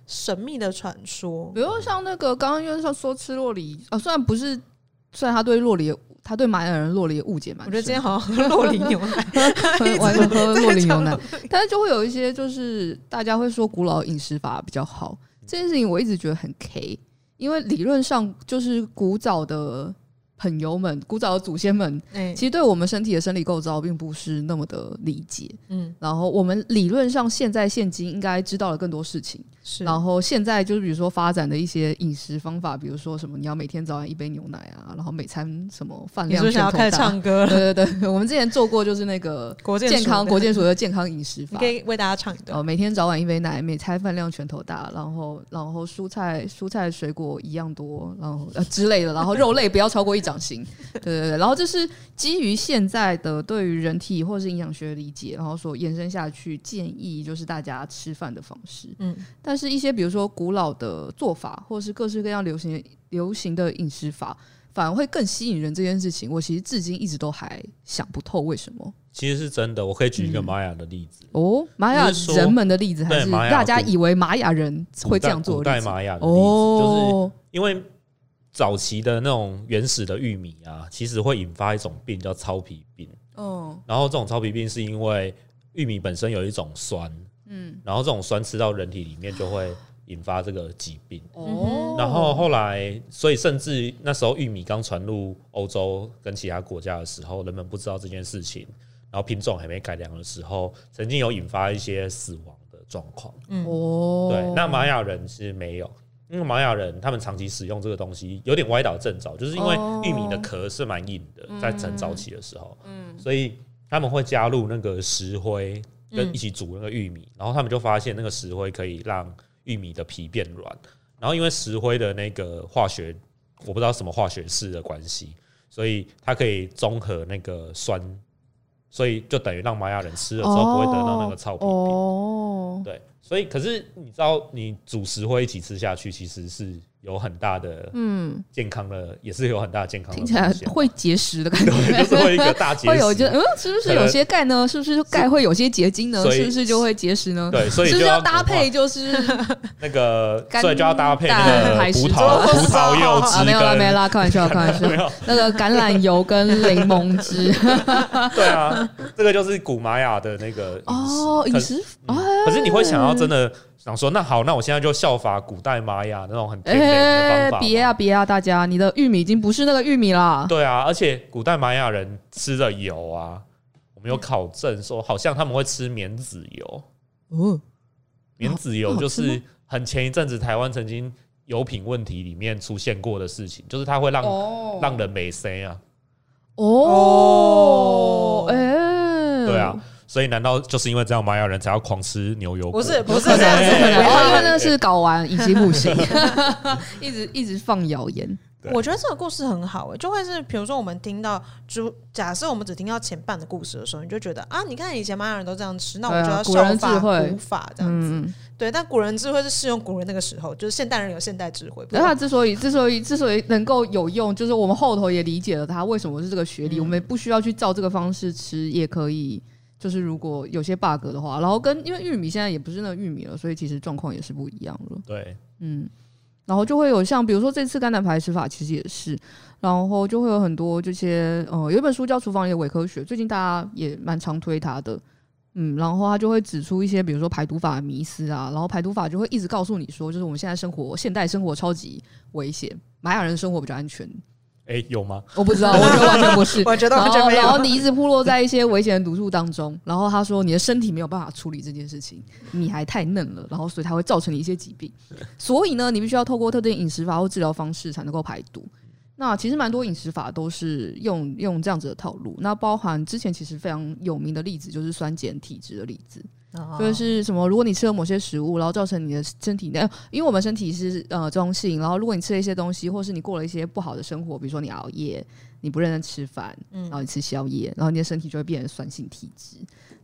神秘的传说
比，如像那个刚刚因为说说吃洛梨啊，虽然不是，虽然他对洛梨，他对玛雅人洛梨的误解蛮
我觉得
深的，
今天好像喝洛梨牛奶，
喝晚上 喝洛梨牛奶
在，
但是就会有一些就是大家会说古老饮食法比较好，这件事情我一直觉得很 K，因为理论上就是古早的朋友们、古早的祖先们，
哎
其实对我们身体的生理构造并不是那么的理解，
嗯，
然后我们理论上现在现今应该知道了更多事情。
是
然后现在就是比如说发展的一些饮食方法，比如说什么你要每天早上一杯牛奶啊，然后每餐什么饭
你是
量
不是想
拳头
要开始
大
唱歌了？
对对对，我们之前做过就是那个
国健
健
署
康
的
国健署的健康饮食
你
法
可。以为大家唱一段
哦，每天早晚一杯奶，每餐饭量拳头大，然后然后蔬菜蔬菜水果一样多，然后呃之类的，然后肉类不要超过一掌心， 对对对，然后这是基于现在的对于人体或是营养学的理解，然后所延伸下去建议就是大家吃饭的方式，
嗯
嗯，但是一些比如说古老的做法，或是各式各样流行流行的饮食法，反而会更吸引人这件事情，我其实至今一直都还想不透为什么。
其实是真的。我可以举一个玛雅的例子，
哦，玛雅
就是说
人们的例子还
对
是
玛雅
大家
古
以为玛雅人
古
会这
代
样做
古
的
代
例子？
玛雅的例子，就是
哦，
因为早期的那种原始的玉米啊，其实会引发一种病叫糙皮病。
嗯
然后这种糙皮病是因为玉米本身有一种酸，
嗯
然后这种酸吃到人体里面就会引发这个疾病。
哦，
然后后来，所以甚至那时候玉米刚传入欧洲跟其他国家的时候，人们不知道这件事情，然后品种还没改良的时候，曾经有引发一些死亡的状况。
嗯
哦，
对，那玛雅人是没有。因为玛雅人他们长期使用这个东西，有点歪倒正着，就是因为
哦嗯
玉米的壳是蛮硬的，在很早期的时候，所以他们会加入那个石灰
嗯
跟一起煮那个玉米，然后他们就发现那个石灰可以让玉米的皮变软，然后因为石灰的那个化学，我不知道什么化学式的关系，所以它可以中和那个酸，所以就等于让玛雅人吃了之后不会得到那个糙皮病。
哦，
对，所以可是你知道，你主食会一起吃下去，其实是有很大的
嗯，
健康的，也是有很大的健康的
听
风
起来
险，
会结石 的感觉，
就是会一个大结
会有就
石。
嗯，是不是有些钙呢？是不是钙会有些结晶呢？
所以
是不是就会结石呢？
对，所以
是不
就是
要
赶
搭
快
配就是
那个，
肝
所以就要搭配那
胆
个
排
葡
石
萄
粥
葡萄柚汁
啊，
跟
没有啦，没有啦，开玩 笑，开玩笑
没。有
那个橄榄油跟柠檬汁
对啊，这个就是古玛雅的那个饮食
哦，
可
饮
是
食
可是你会想要真的想说，那好，那我现在就效法古代玛雅那种很甜美的方法吗。
别啊别啊，大家，你的玉米已经不是那个玉米啦。
对啊，而且古代玛雅人吃的油啊，我们有考证说，好像他们会吃棉籽油。
哦，
棉籽油
好
就
好吃
是很前一阵子台湾曾经油品问题里面出现过的事情，就是它会让、
哦
让人美声啊，
哦，哎，
嗯
对啊，，所以难道就是因为这样玛雅人才要狂吃牛油
不
果？
是不
不
是这样
有可
子，
能
不
因
要
为那是搞完已经不行， 一直一直放谣言。
对
我觉得这个故事很好诶、欸就会是比如说我们听到主，假设我们只听到前半的故事的时候，你就觉得啊，你看以前玛雅人都这样吃，那我
对啊
就要
古人
效法
智慧
古法这样子。
嗯，嗯
对，但古人智慧是适用古人那个时候，就是现代人有现代智慧。不，
那他之所以之所以之所以能够有用，就是我们后头也理解了他为什么是这个学历，我们不需要去照这个方式吃，也可以。就是如果有些 bug 的话，然后跟因为玉米现在也不是那个玉米了，所以其实状况也是不一样了。
对，
嗯，然后就会有像比如说这次肝胆排石法其实也是，然后就会有很多这些呃，有一本书叫《厨房里的伪科学》，最近大家也蛮常推它的。嗯，然后他就会指出一些，比如说排毒法的迷思啊，然后排毒法就会一直告诉你说，就是我们现在生活，现代生活超级危险，玛雅人生活比较安全。
哎、有吗？
我不知道，我觉得完全不 是
我觉得
然
完
后
全没
然后
有。
你一直铺落在一些危险的毒素当中，然后他说你的身体没有办法处理这件事情，你还太嫩了，然后所以它会造成你一些疾病，所以呢，你必须要透过特定饮食法或治疗方式才能够排毒。那其实蛮多饮食法都是用用这样子的套路，那包含之前其实非常有名的例子就是酸碱体质的例子，
哦
就是什么，如果你吃了某些食物，然后造成你的身体，呃，因为我们身体是呃中性，然后如果你吃了一些东西，或是你过了一些不好的生活，比如说你熬夜，你不认真吃饭，然后你吃宵夜，然后你的身体就会变成酸性体质，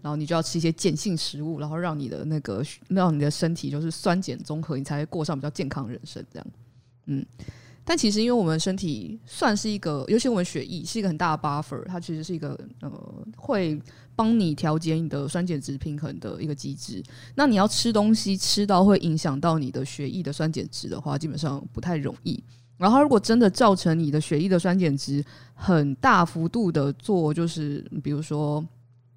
然后你就要吃一些碱性食物，然后让你的那个让你的身体就是酸碱综合，你才会过上比较健康的人生这样。嗯，但其实因为我们身体算是一个，尤其我们血液是一个很大的 buffer，它其实是一个呃会帮你调节你的酸碱值平衡的一个机制。那你要吃东西吃到会影响到你的血液的酸碱值的话，基本上不太容易。然后，如果真的造成你的血液的酸碱值很大幅度的做，就是嗯比如说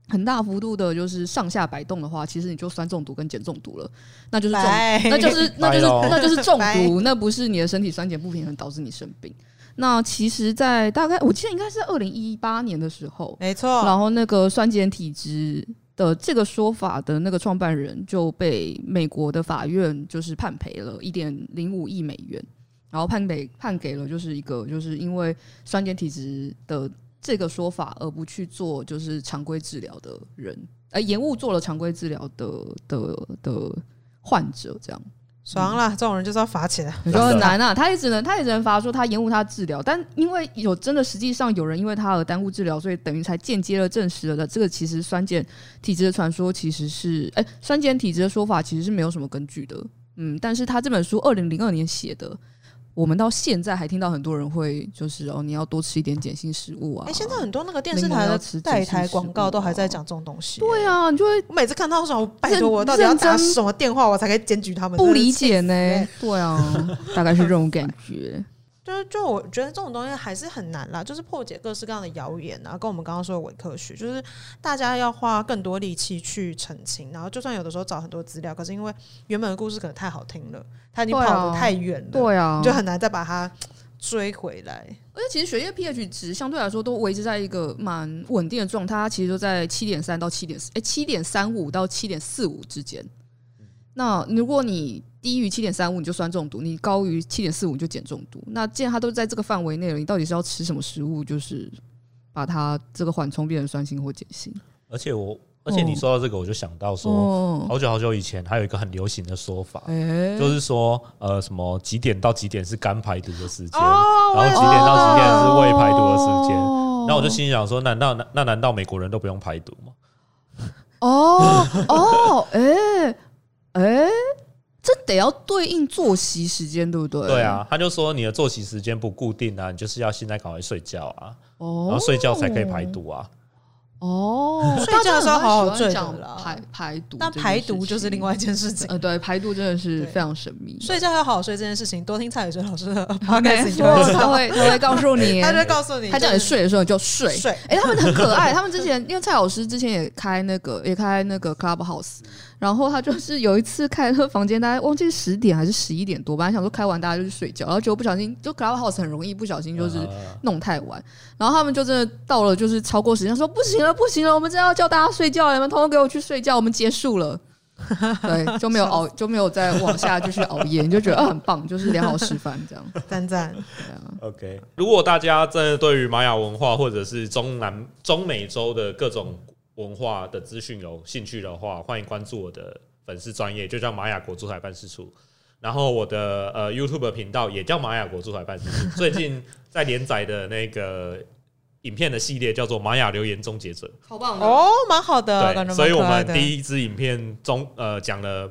很大幅度的就是上下摆动的话，其实你就酸中毒跟碱中毒了，那就是中
拜
那就是那就是
哎呦
那就是中
拜
毒，那不是你的身体酸碱不平衡导致你生病。那其实，在大概我记得应该是二零一八年的时候，
没错，
然后那个酸碱体质的这个说法的那个创办人就被美国的法院就是判赔了一点零五亿美元，然后判赔判给了就是一个就是因为酸碱体质的这个说法而不去做就是常规治疗的人，呃，延误做了常规治疗的的的患者这样。
爽
嗯
了，这种人就是要罚钱。
你说很难啊，他也只能他也只能罚说他延误他治疗，但因为有真的实际上有人因为他而耽误治疗，所以等于才间接的证实了的这个其实酸碱体质的传说其实是哎、酸碱体质的说法其实是没有什么根据的，嗯，但是他这本书二零零二年写的。我们到现在还听到很多人会就是哦，你要多吃一点碱性食物啊。
哎、现在很多那个电视台的代台广告都还在讲这种东西。
对啊，你就会
我每次看到的时候，拜托我到底要打什么电话，我才可以检举他们？
不理解呢
真的是气死欸。
对啊，大概是这种感 觉。
就是就我觉得这种东西还是很难啦，就是破解各式各样的谣言啊，跟我们刚刚说的伪科学，就是大家要花更多力气去澄清。然后就算有的时候找很多资料，可是因为原本的故事可能太好听了，它已经
对啊
跑得太远了，
对啊，
你就很难再把它追回来。
而且其实血液 pH 值相对来说都维持在一个蛮稳定的状态，它其实都在七点三到七点，哎，七点三五到七点四五之间。那如果你低于七点三五你就酸中毒，你高于七点四五就碱中毒。那既然它都在这个范围内了，你到底是要吃什么食物，就是把它这个缓冲变成酸性或碱性？
而且我，而
哦
且你说到这个，我就想到说，
哦，
好久好久以前还有一个很流行的说法，
嗯
哎
就是说，呃，什么几点到几点是肝排毒的时间，
哦，我
然后
也哦
几
知
点
道
到几点是胃排毒的时间。
哦
然后我就心想说，难道那那难道美国人都不用排毒吗？
哦哦，哎、哎、这得要对应作息时间，对不对？
对，啊，他就说你的作息时间不固定啊，你就是要现在赶快睡觉啊，然
哦
后睡觉才可以排毒啊。
哦，
睡觉的时候好好
大
睡
家
的
很喜欢
啦
讲排排毒，
但排毒就是另外一。件事情。
嗯
呃，对，排毒真的是
对
非常神秘。
睡觉要好好睡这件事情，多听蔡宇哲老 师的
没
podcast，你就
错，
会知
他
道，
会他会告诉 你，
他就会告诉你，
他叫你睡的时候你就睡
就是。睡。
哎、他们很可爱。他们之前因为蔡老师之前也开那个也开那个 Clubhouse，然后他就是有一次开那个房间，大概忘记十点还是十一点多，本来想说开完大家就去睡觉，然后结果不小心就 Clubhouse 很容易不小心就是
呃
弄太晚，然后他们就真的到了就是超过时间，说不行了不行了，我们真的要叫大家睡觉了，你们通通给我去睡觉，我们结束了。对，就没有熬，就没有再往下继续熬夜，你就觉得、啊、很棒，就是良好示范这样。
赞赞，
嗯
对啊，
OK，如果大家真的对于玛雅文化或者是中南中美洲的各种文化的资讯有兴趣的话，欢迎关注我的粉丝专业，就叫玛雅国驻台办事处。然后我的呃 YouTube 频道也叫玛雅国驻台办事处。最近在连载的那个影片的系列叫做《玛雅留言终 结者
好棒
哦，蛮好的，感》，觉
对，所以我
蛮可爱
们
的
第一支影片中呃讲了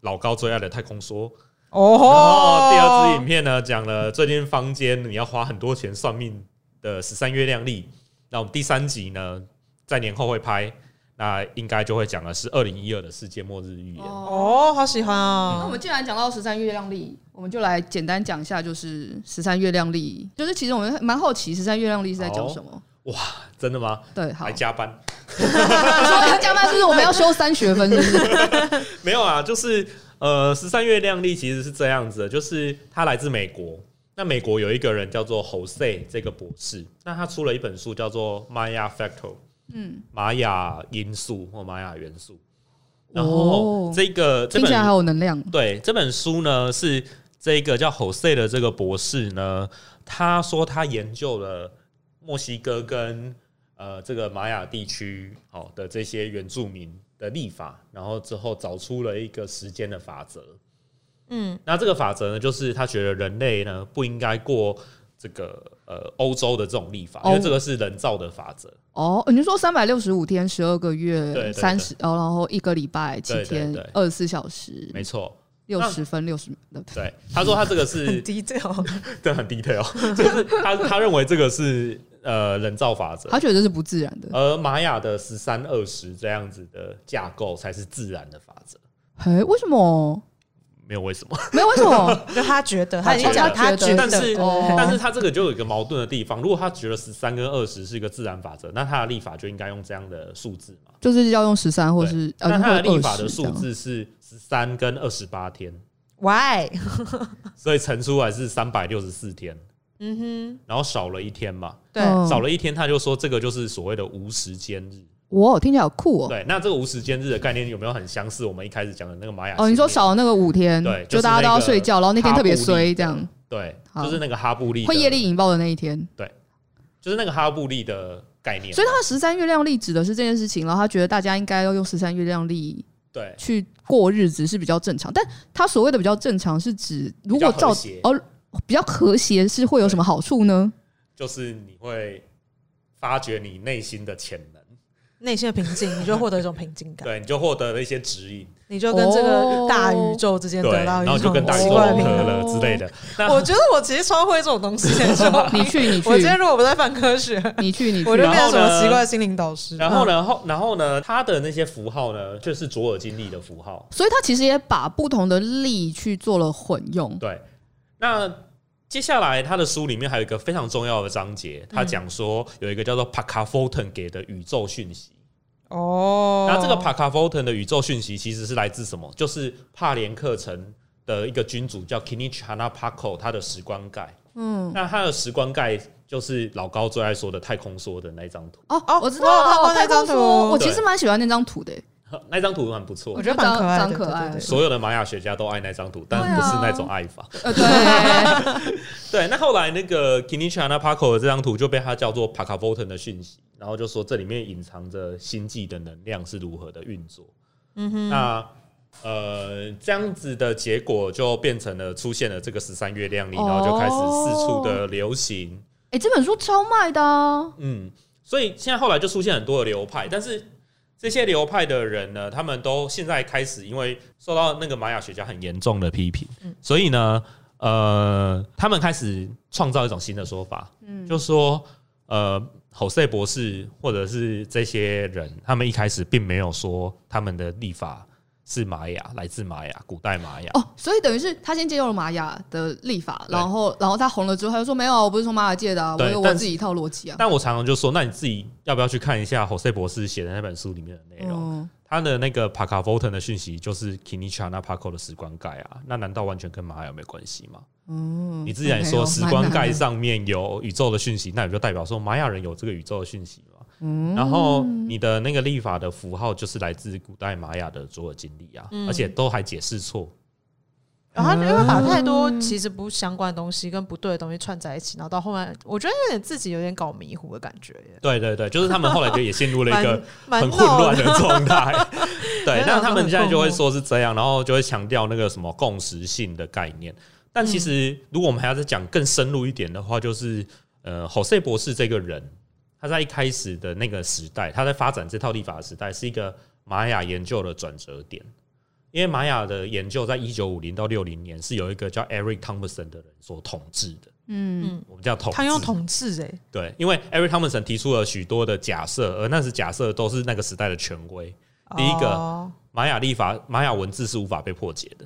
老高最爱的太空梭。然
哦
后，第二支影片呢，讲了最近坊间你要花很多钱算命的十三月亮历。那我们第三集呢，在年后会拍，那应该就会讲的是二零一二的世界末日预言。
哦，好喜欢
那我
哦，
们既然讲到十三月亮历，我们就来简单讲一下，就是十三月亮历，就是其实我们蛮好奇十三月亮历是在讲什么。
真的吗？
对，好，
还
你
加班？
说要加班是不是我们要修三学分？ 是不是？
没有啊，就是呃，十三月亮历其实是这样子的，就是它来自美国。那美国有一个人叫做 Jose 这个博士，那他出了一本书叫做《Maya Factor》，嗯，玛雅因素或玛雅元素。然后
哦
这个、这
听
本
起来好有能量。
对，这本书呢是这个叫 Jose 的这个博士呢，他说他研究了墨西哥跟呃这个玛雅地区好、的这些原住民的历法，然后之后找出了一个时间的法则。
嗯，
那这个法则呢，就是他觉得人类呢不应该过这个呃欧洲的这种历法，因为
哦
这个是人造的法则。
哦，你是说三百六十五天，十二个
对对
月，
对
三十，哦，然后一个礼拜七
对对
天
对，
二十四小时，
没错，
六十分，六十，呃
对，他说他这个是
很 detail，
对，很 detail，就是他他认为这个是呃人造法则，
他觉得这是不自然的。
而玛雅的十三二十这样子的架构才是自然的法则，
嘿，为什么？
没有为什么。
没有为什么？
就他觉得
他
他已经讲
觉
他
得
觉
但是
得，
哦
但是他这个就有一个矛盾的地方，如果他觉得十三跟二十是一个自然法则，那他的立法就应该用这样的数字嘛？
就是要用十三，或
对
是呃，
那他的
或者
立法的
20这
数
样
字是十三跟二十八天，
why，
所以乘出来是三百六十四天，
嗯
然后少了一天嘛，
哼，对，
嗯
少了一天，他就说这个就是所谓的无时间日。
哇，听起来好酷哦。
对，那这个无时间日的概念有没有很相似？我们一开始讲的那个玛雅
哦，你说
信念
少了那个五天，
对
就
就是
大家都
那
要
个
睡觉，然后那天特别衰，这
哈
样
对，
好
就是那个哈布利的
会业力引爆的那一天。
就是那个哈布利的概念。
所以他十三月亮历指的是这件事情，然后他觉得大家应该要用十三月亮历
对
去过日子是比较正常，但他所谓的比较正常是指如果
比较
照
和谐
哦比较和谐是会有什么好处呢？
就是你会发掘你内心的潜能，
内心的平静，你就获得一种平静感，
对，你就获得了一些指引，
你就跟这个大宇宙之间
对，
得到
然
一
后
种
就跟大宇
奇
宙
怪的
融
平
合
衡。
了之类的。那
我觉得我其实超会这种东西，就
你去，你 去
我，今天如果不在犯科学，
你去，你去
我就，变
然后
成什么
呢
奇怪的心灵导师。
然后？呢，后然后呢，他的那些符号呢，就是左耳经历的符号，
所以他其实也把不同的力去做了混用。
对。那接下来他的书里面还有一个非常重要的章节，
嗯
他讲说有一个叫做帕卡 c a Fulton 给的宇宙讯息。
哦，
那这个 p a c a v o t o n 的宇宙讯息其实是来自什么？就是帕连克城的一个君主叫 Kinich Hanapako，他的时光盖。嗯，那他的时光盖就是老高最爱说的太空梭的那一张图。
哦
哦
我知
我有看
道，
过那
太空
张图
梭，我其
对
实蛮喜欢那张图的。欸
那张图蛮不错
我
我
的，
觉得
觉
蛮
得
可爱的
长可爱
对对对
所有的玛雅学家都爱那张图，但
对啊
不是那种爱法。
呃，对，
对，那后来那个 Kinichana n Paco 的这张图就被他叫做 p a k a v o t o n 的讯息，然后就说这里面隐藏着星际的能量是如何的运作。嗯哼，那呃这样子的结果就变成了出现了这个十三月亮历，然后就开始四处的流行。
哎，这本书超卖的啊，
嗯，所以现在后来就出现很多的流派，但是这些流派的人呢，他们都现在开始因为受到那个玛雅学家很严重的批评，所以呢，呃，他们开始创造一种新的说法，嗯，就说呃。侯赛博士或者是这些人，他们一开始并没有说他们的历法是玛雅，来自玛雅，古代玛雅。
哦，所以等于是他先借用了玛雅的立法，
对
然后然后他红了之后，他就说没有啊，我不是从玛雅借的啊，我
对
有我
但是
自己一套逻辑啊。
但我常常就说，那你自己要不要去看一下侯赛博士写的那本书里面的内容？
哦
嗯，
他的那个 p a k a v o t o n 的讯息就是 Kinichana Paco 的时光盖啊，那难道完全跟玛雅有没有关系吗？
嗯
你自然说时光盖上面有宇宙的讯息，那也就代表说玛雅人有这个宇宙的讯息嘛。然后你的那个历法的符号就是来自古代玛雅的所有经历啊，而且都还解释错。
然后他就会把太多其实不相关的东西跟不对的东西串在一起，然后到后面我觉得有点自己有点搞迷糊的感觉耶，
对对对，就是他们后来就也陷入了一个
蛮
很
蛮
混
闹
乱
的。
的状态。 对，
真的
那他
很
们现在就会
困惑
说是这样，然后就会强调那个什么共识性的概念。但
嗯
其实，如果我们还要再讲更深入一点的话，就是呃，侯赛博士这个人，他在一开始的那个时代，他在发展这套立法的时代，是一个玛雅研究的转折点。因为玛雅的研究在一九五零到六零年是有一个叫 Eric Thompson 的人所统治的，嗯，我们叫统治，
他用统治哎、
对，因为 Eric Thompson 提出了许多的假设，而那是假设都是那个时代的权威。第一个
哦
玛雅历法、玛雅文字是无法被破解的，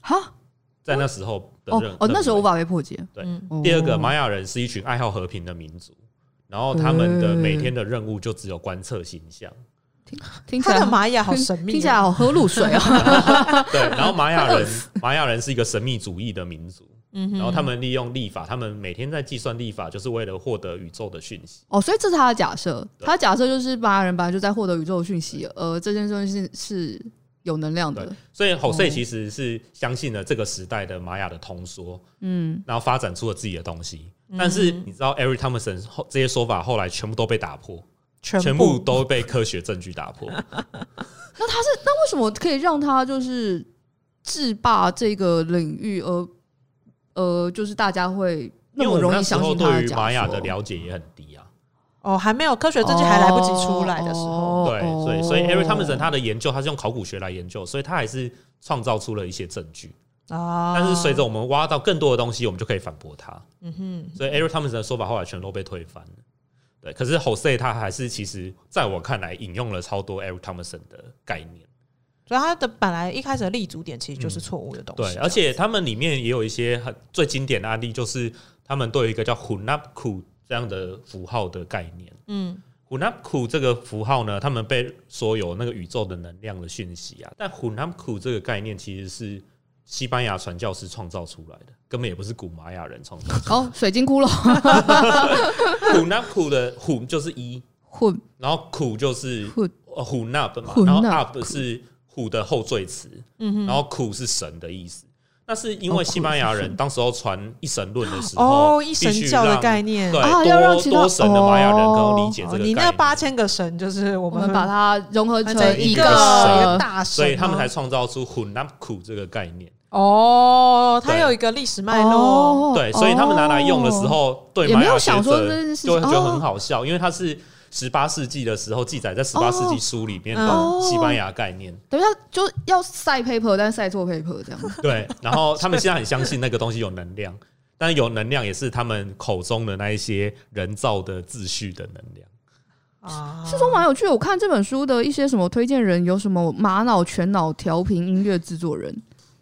哈
在那时候的认
哦哦，那时候无。
认
法被破解。
对
哦
嗯
为第二个，玛雅人是一群爱好和平的民族，然后他们的
嗯
每天的任务就只有观测形象。
听起
他
来
的玛雅好神秘、啊
听起来好喝露水哦。
对，然后玛雅 人，玛雅人是一个神秘主义的民族，
嗯
然后他们利用历法，他们每天在计算历法，就是为了获得宇宙的讯息。
哦，所以这是他的假设，
对
他的假设就是玛雅人本来就在获得宇宙的讯息，而这件事情是是有能量
对
的。，
所以侯
哦
赛其实是相信了这个时代的玛雅的通说，
嗯，
然后发展出了自己的东西。但是你知道，Eric Thompson 后这些说法后来全部都被打 破，
全
全部都被科学证据打破。
那他是那为什么可以让他就是制霸这个领域而，呃，就是大家会 那
因为我
么
们
容
那
易
时
相
候
信他
对
的
于
假
玛雅
说
的了解也很低啊，
哦，还没有科学证据还来不及出来的时候，
哦
对，所以所以 Eric Thompson
哦
他的研究，他是用考古学来研究，所以他还是创造出了一些证据。
啊、
但是随着我们挖到更多的东西，我们就可以反驳他。
嗯哼，
所以 Eric Thompson 的说法后来全都被推翻了。对，可是 Jose 他还是其实在我看来引用了超多 Eric Thompson 的概念。
所以他的本来一开始的立足点其实就是错误的东
对
西，，啊
而且他们里面也有一些很最经典的案例，就是他们对于一个叫 Hunapku 这样的符号的概念。
嗯，
Hunapku 这个符号呢，他们被说有那个宇宙的能量的讯息啊，但 Hunapku 这个概念其实是西班牙传教士创造出来的，根本也不是古玛雅人 创造。
哦，水晶骷髅
Hunapku 的 Hun 就是一，
混
然后 ku 就是
混
呃 Hunap 嘛，
Hunab，
然后 up 是虎的后缀词，
嗯
然后 ku 是神的意思。那是
哦
因为西班牙人当时候传一神论的时候，
哦，一神
必须
教的
让
概念，
对，
啊要让
多
其他
多神的玛雅人能够理解这
哦
个概念。
你那八千个神就是我
我
们
们把它融合
分
成
成
一
个
一
神一
个
个大神，啊
所以
啊
他们才创造出 Hunapku 这个概念。
哦，它
对
有一个历史脉络，
哦，
对，所以他们拿来用的时
哦，
候，对
也
玛
没有
雅
想
学
说
者
这件事情
就会觉得
哦
很好笑，因为它是十八世纪的时候记载在十八
哦
世纪书里面
嗯
的西班牙概念。
等一下就要晒 paper，但是晒错 paper 这样。
对，然后他们现在很相信那个东西有能量，但是有能量也是他们口中的那一些人造的秩序的能量。
啊
哦是说蛮有趣的，我看这本书的一些什么推荐人有什么玛瑙全脑调频音乐制作人，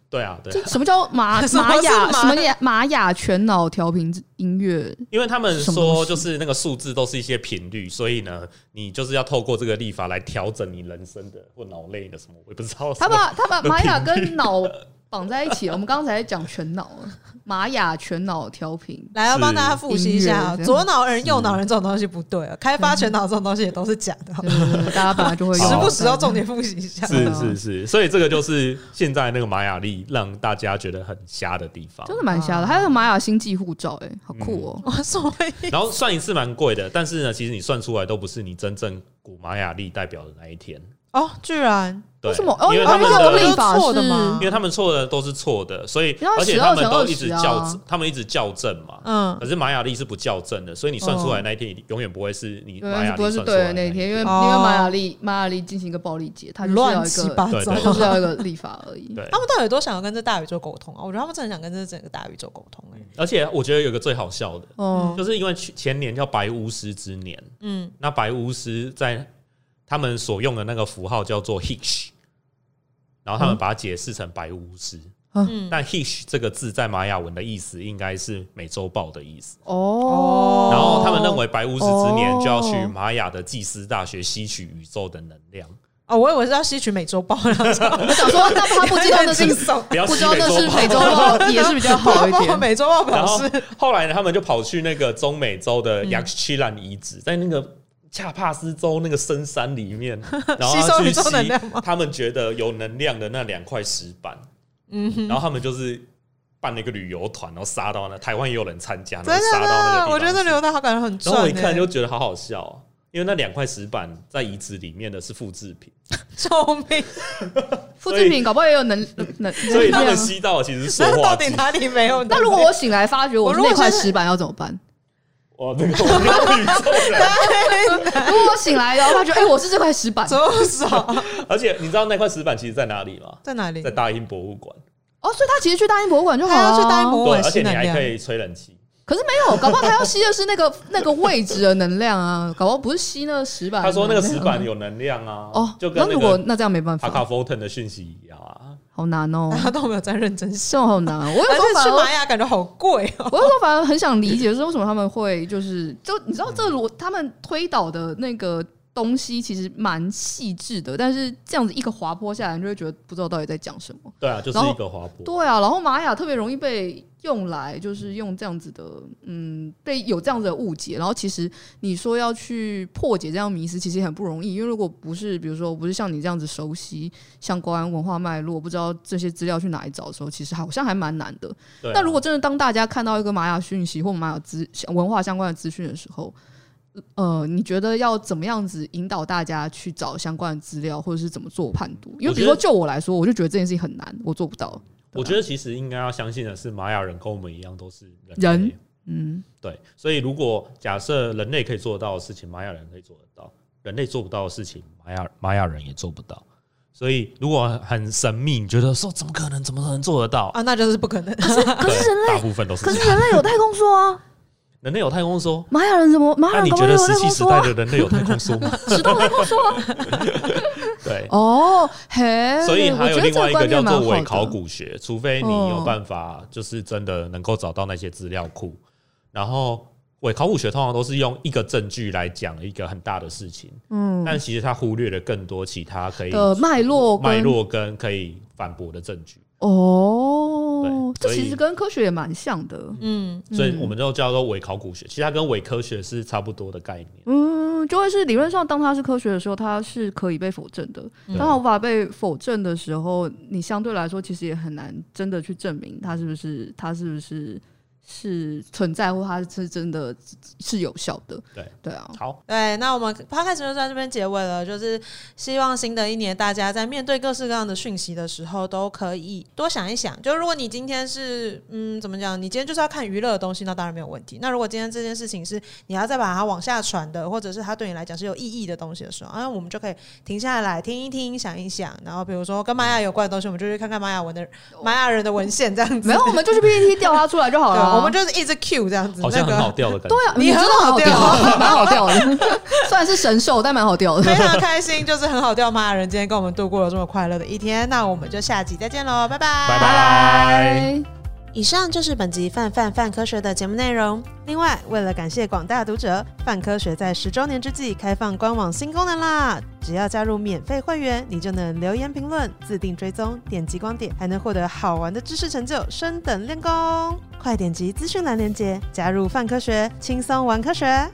对啊，对啊
这什么叫玛
什么
玛雅
是玛
什么雅玛雅全脑调频音乐
因为他们
什么东
说
西
就是那个数字都是一些频率，所以呢，你就是要透过这个立法来调整你人生的或脑内的什么，我也不知道什
他
么。
把他把玛雅跟脑绑在一起了。我们刚才讲全脑了，玛雅全脑调频，
来，要帮大家复习一下啊
音乐这样嗯
左脑人、右脑人这种东西不对啊，开发全脑这种东西也都是假的啊，
对对对大家本来就会用
时不时要重点复习一下。
是
啊
是是，所以这个就是现在那个玛雅历让大家觉得很瞎的地方
真。的蛮瞎的。还有玛雅星际护照，哎，好酷哦！
嗯
我所以
然后算一次蛮贵的，但是呢，其实你算出来都不是你真正古玛雅历代表的那一天。
哦，居然
对，
为什么哦
因为他们
因为
的
这种历法
都是错的
是
吗
因？为他们错的都是错的，所以
然后
而且
12
他们都
乘
一直
20啊
校正，他们一直校正嘛。
嗯，
可是玛雅历是不校正的，所以你算出来那一天永远不会是你
永
玛
远
雅
是
历
不会
算
是
出
嗯对
来
的
的
那一天，因为
哦
因为玛雅历玛雅历进行一个暴力节，它就是要
乱
一
七
个，
八
对
糟
对。
就是要一个立法而已。
对
他们到底有多想要跟这大宇宙沟通啊？我觉得他们真的想跟这整个大宇宙沟通哎、
而且我觉得有个最好笑的，
哦，
就是因为去前年叫白巫师之年，
嗯，
那白巫师在他们所用的那个符号叫做 Hish，然后
嗯
他们把它解释成白巫师。
嗯
但 Hish 这个字在玛雅文的意思应该是美洲豹的意思。
哦，
然后他们认为白巫师之年
哦
就要去玛雅的祭司大学吸取宇宙的能量，
哦，我以为是要吸取美洲豹，然后
我想说，那他 不知道那是
惊悚。
不要
不知
吸
道
美
那是
洲
美
豹。
洲豹 也是比较好一 点。
美洲豹 表
然后
示
后来呢，他们就跑去那个中美洲
嗯
的雅克奇兰遗址，在那个恰帕斯州那个深山里 面，然后
吸
他
收
去
宇宙能
吸
量吗
他们觉得有能量的那两块石板，嗯，然后他们就是办了一个旅游团，然后杀到那台湾也有人参加，然后
真
杀
的
到那个
呢，
地
我觉
方
得
去
刘德华感觉很
然后
赚、
我
欸，
一看就觉得好好笑、哦，因为那两块石板在遗址里面的是复制品，
救 命！
复制品搞不好也有能能能
所以他
量
们
啊。
吸到的其实是
那
塑化
到底
剂。
哪里没有？
那如果我醒来发觉我是
我如
那
果
块
现在
石板要怎么办？
哇，这个我没 有宇宙人。
如果我醒来然后发觉哎、我是这块石板
左手
而且你知道那块石板其实在哪里吗？
在哪里
在？大英博物馆。
哦，所以他其实去大英博物馆就好
他
啊了、
要去大英
哦
博物
对，
馆
而
吸
且你
能
还可
量。
以吹冷气。
可是没有，搞不好他要吸的是那个 那个位置的能量啊，搞不好不是吸那个石板。
他说那个石板有能量啊，
啊哦，
就跟
那
那
如果
个
那这样没办
塔卡
法，
夫 n 的讯息一样啊。
好难哦，
大家都没有在认真 想，
这种好难。哦我有
而
时候
且
反
去
而
玛雅感觉好贵哦、
我有时候反而很想理解，是为什么他们会就是就你知道这逻他们推导的那个东西其实蛮细致的，但是这样子一个滑坡下来，你就会觉得不知道到底在讲什么。
对啊，就是
然后
一个滑坡。
对啊，然后玛雅特别容易被用来就是用这样子的，嗯，被有这样子的误解。然后其实你说要去破解这样迷思，其实也很不容易，因为如果不是比如说不是像你这样子熟悉相关文化脉络，不知道这些资料去哪里找的时候，其实好像还蛮难的。
对啊，
那如果真的当大家看到一个玛雅讯息或玛雅资文化相关的资讯的时候，呃，你觉得要怎么样子引导大家去找相关的资料，或者是怎么做判读？因为
我觉得
比如说就我来说，我就觉得这件事情很难，我做不到。
我觉得其实应该要相信的是，玛雅人跟我们一样都是人类。
人嗯，
对，所以如果假设人类可以做到的事情，玛雅人可以做得到；人类做不到的事情，玛雅玛雅人也做不到。所以如果很神秘，你觉得说怎么可能，怎么可能做得到？
啊，那就是不可 能。
可是人类大部分都是这样，
人类有太空 梭啊，
人类有太空梭。
玛雅人怎么玛
那你觉
啊
得石器时代的人类有太空梭吗？
石头太空梭、啊？
对，
哦，嘿，
所以还有
我觉得
另
这
外一
观
个叫
念蛮
做伪
好的
考。古学，除非你有办法，就是真的能够找到那些资料库。然后伪考古学通常都是用一个证据来讲一个很大的事情，
嗯
但其实它忽略了更多其他可以
的脉络跟
哎脉络跟可以反驳的证据。
哦，
对
这
所以
其实跟科学也蛮像的。
嗯，
所以我们就叫做伪考古学，其实它跟伪科学是差不多的概念。
嗯，就会是理论上，当它是科学的时候，它是可以被否证的；
嗯
当它无法被否证的时候，你相对来说其实也很难真的去证明它是不是它是不是是存在或它是真的是有效的。
对
对啊，
好，
对，那我们 podcast 就在这边结尾了，就是希望新的一年大家在面对各式各样的讯息的时候，都可以多想一想。就如果你今天是嗯怎么讲，你今天就是要看娱乐的东西，那当然没有问题。那如果今天这件事情是你要再把它往下传的，或者是它对你来讲是有意义的东西的时候，啊，我们就可以停下来听一听，想一想。然后比如说跟玛雅有关的东西，我们就去看看玛雅文的玛雅人的文献这样子。
没有，我们就去 PPT 调它出来就好
对，
了啊、
我们就是一直 Q 这样子，
好像
那
很
个
好掉的感觉
对。啊，
你
真
很
的
好
好
调
调， 蛮好调的。虽然是神兽，但蛮好 调的
非。常开心，就是很好掉玛雅人今天跟我们度过了这么快乐的一天，那我们就下集再见喽，拜拜，
拜拜。
以上就是本集《范范范科学》的节目内容。另外，为了感谢广大读者，范科学在十周年之际开放官网新功能啦！只要加入免费会员，你就能留言评论、自定追踪、点击光点，还能获得好玩的知识成就，升等练功。快点击资讯栏链接，加入范科学，轻松玩科学。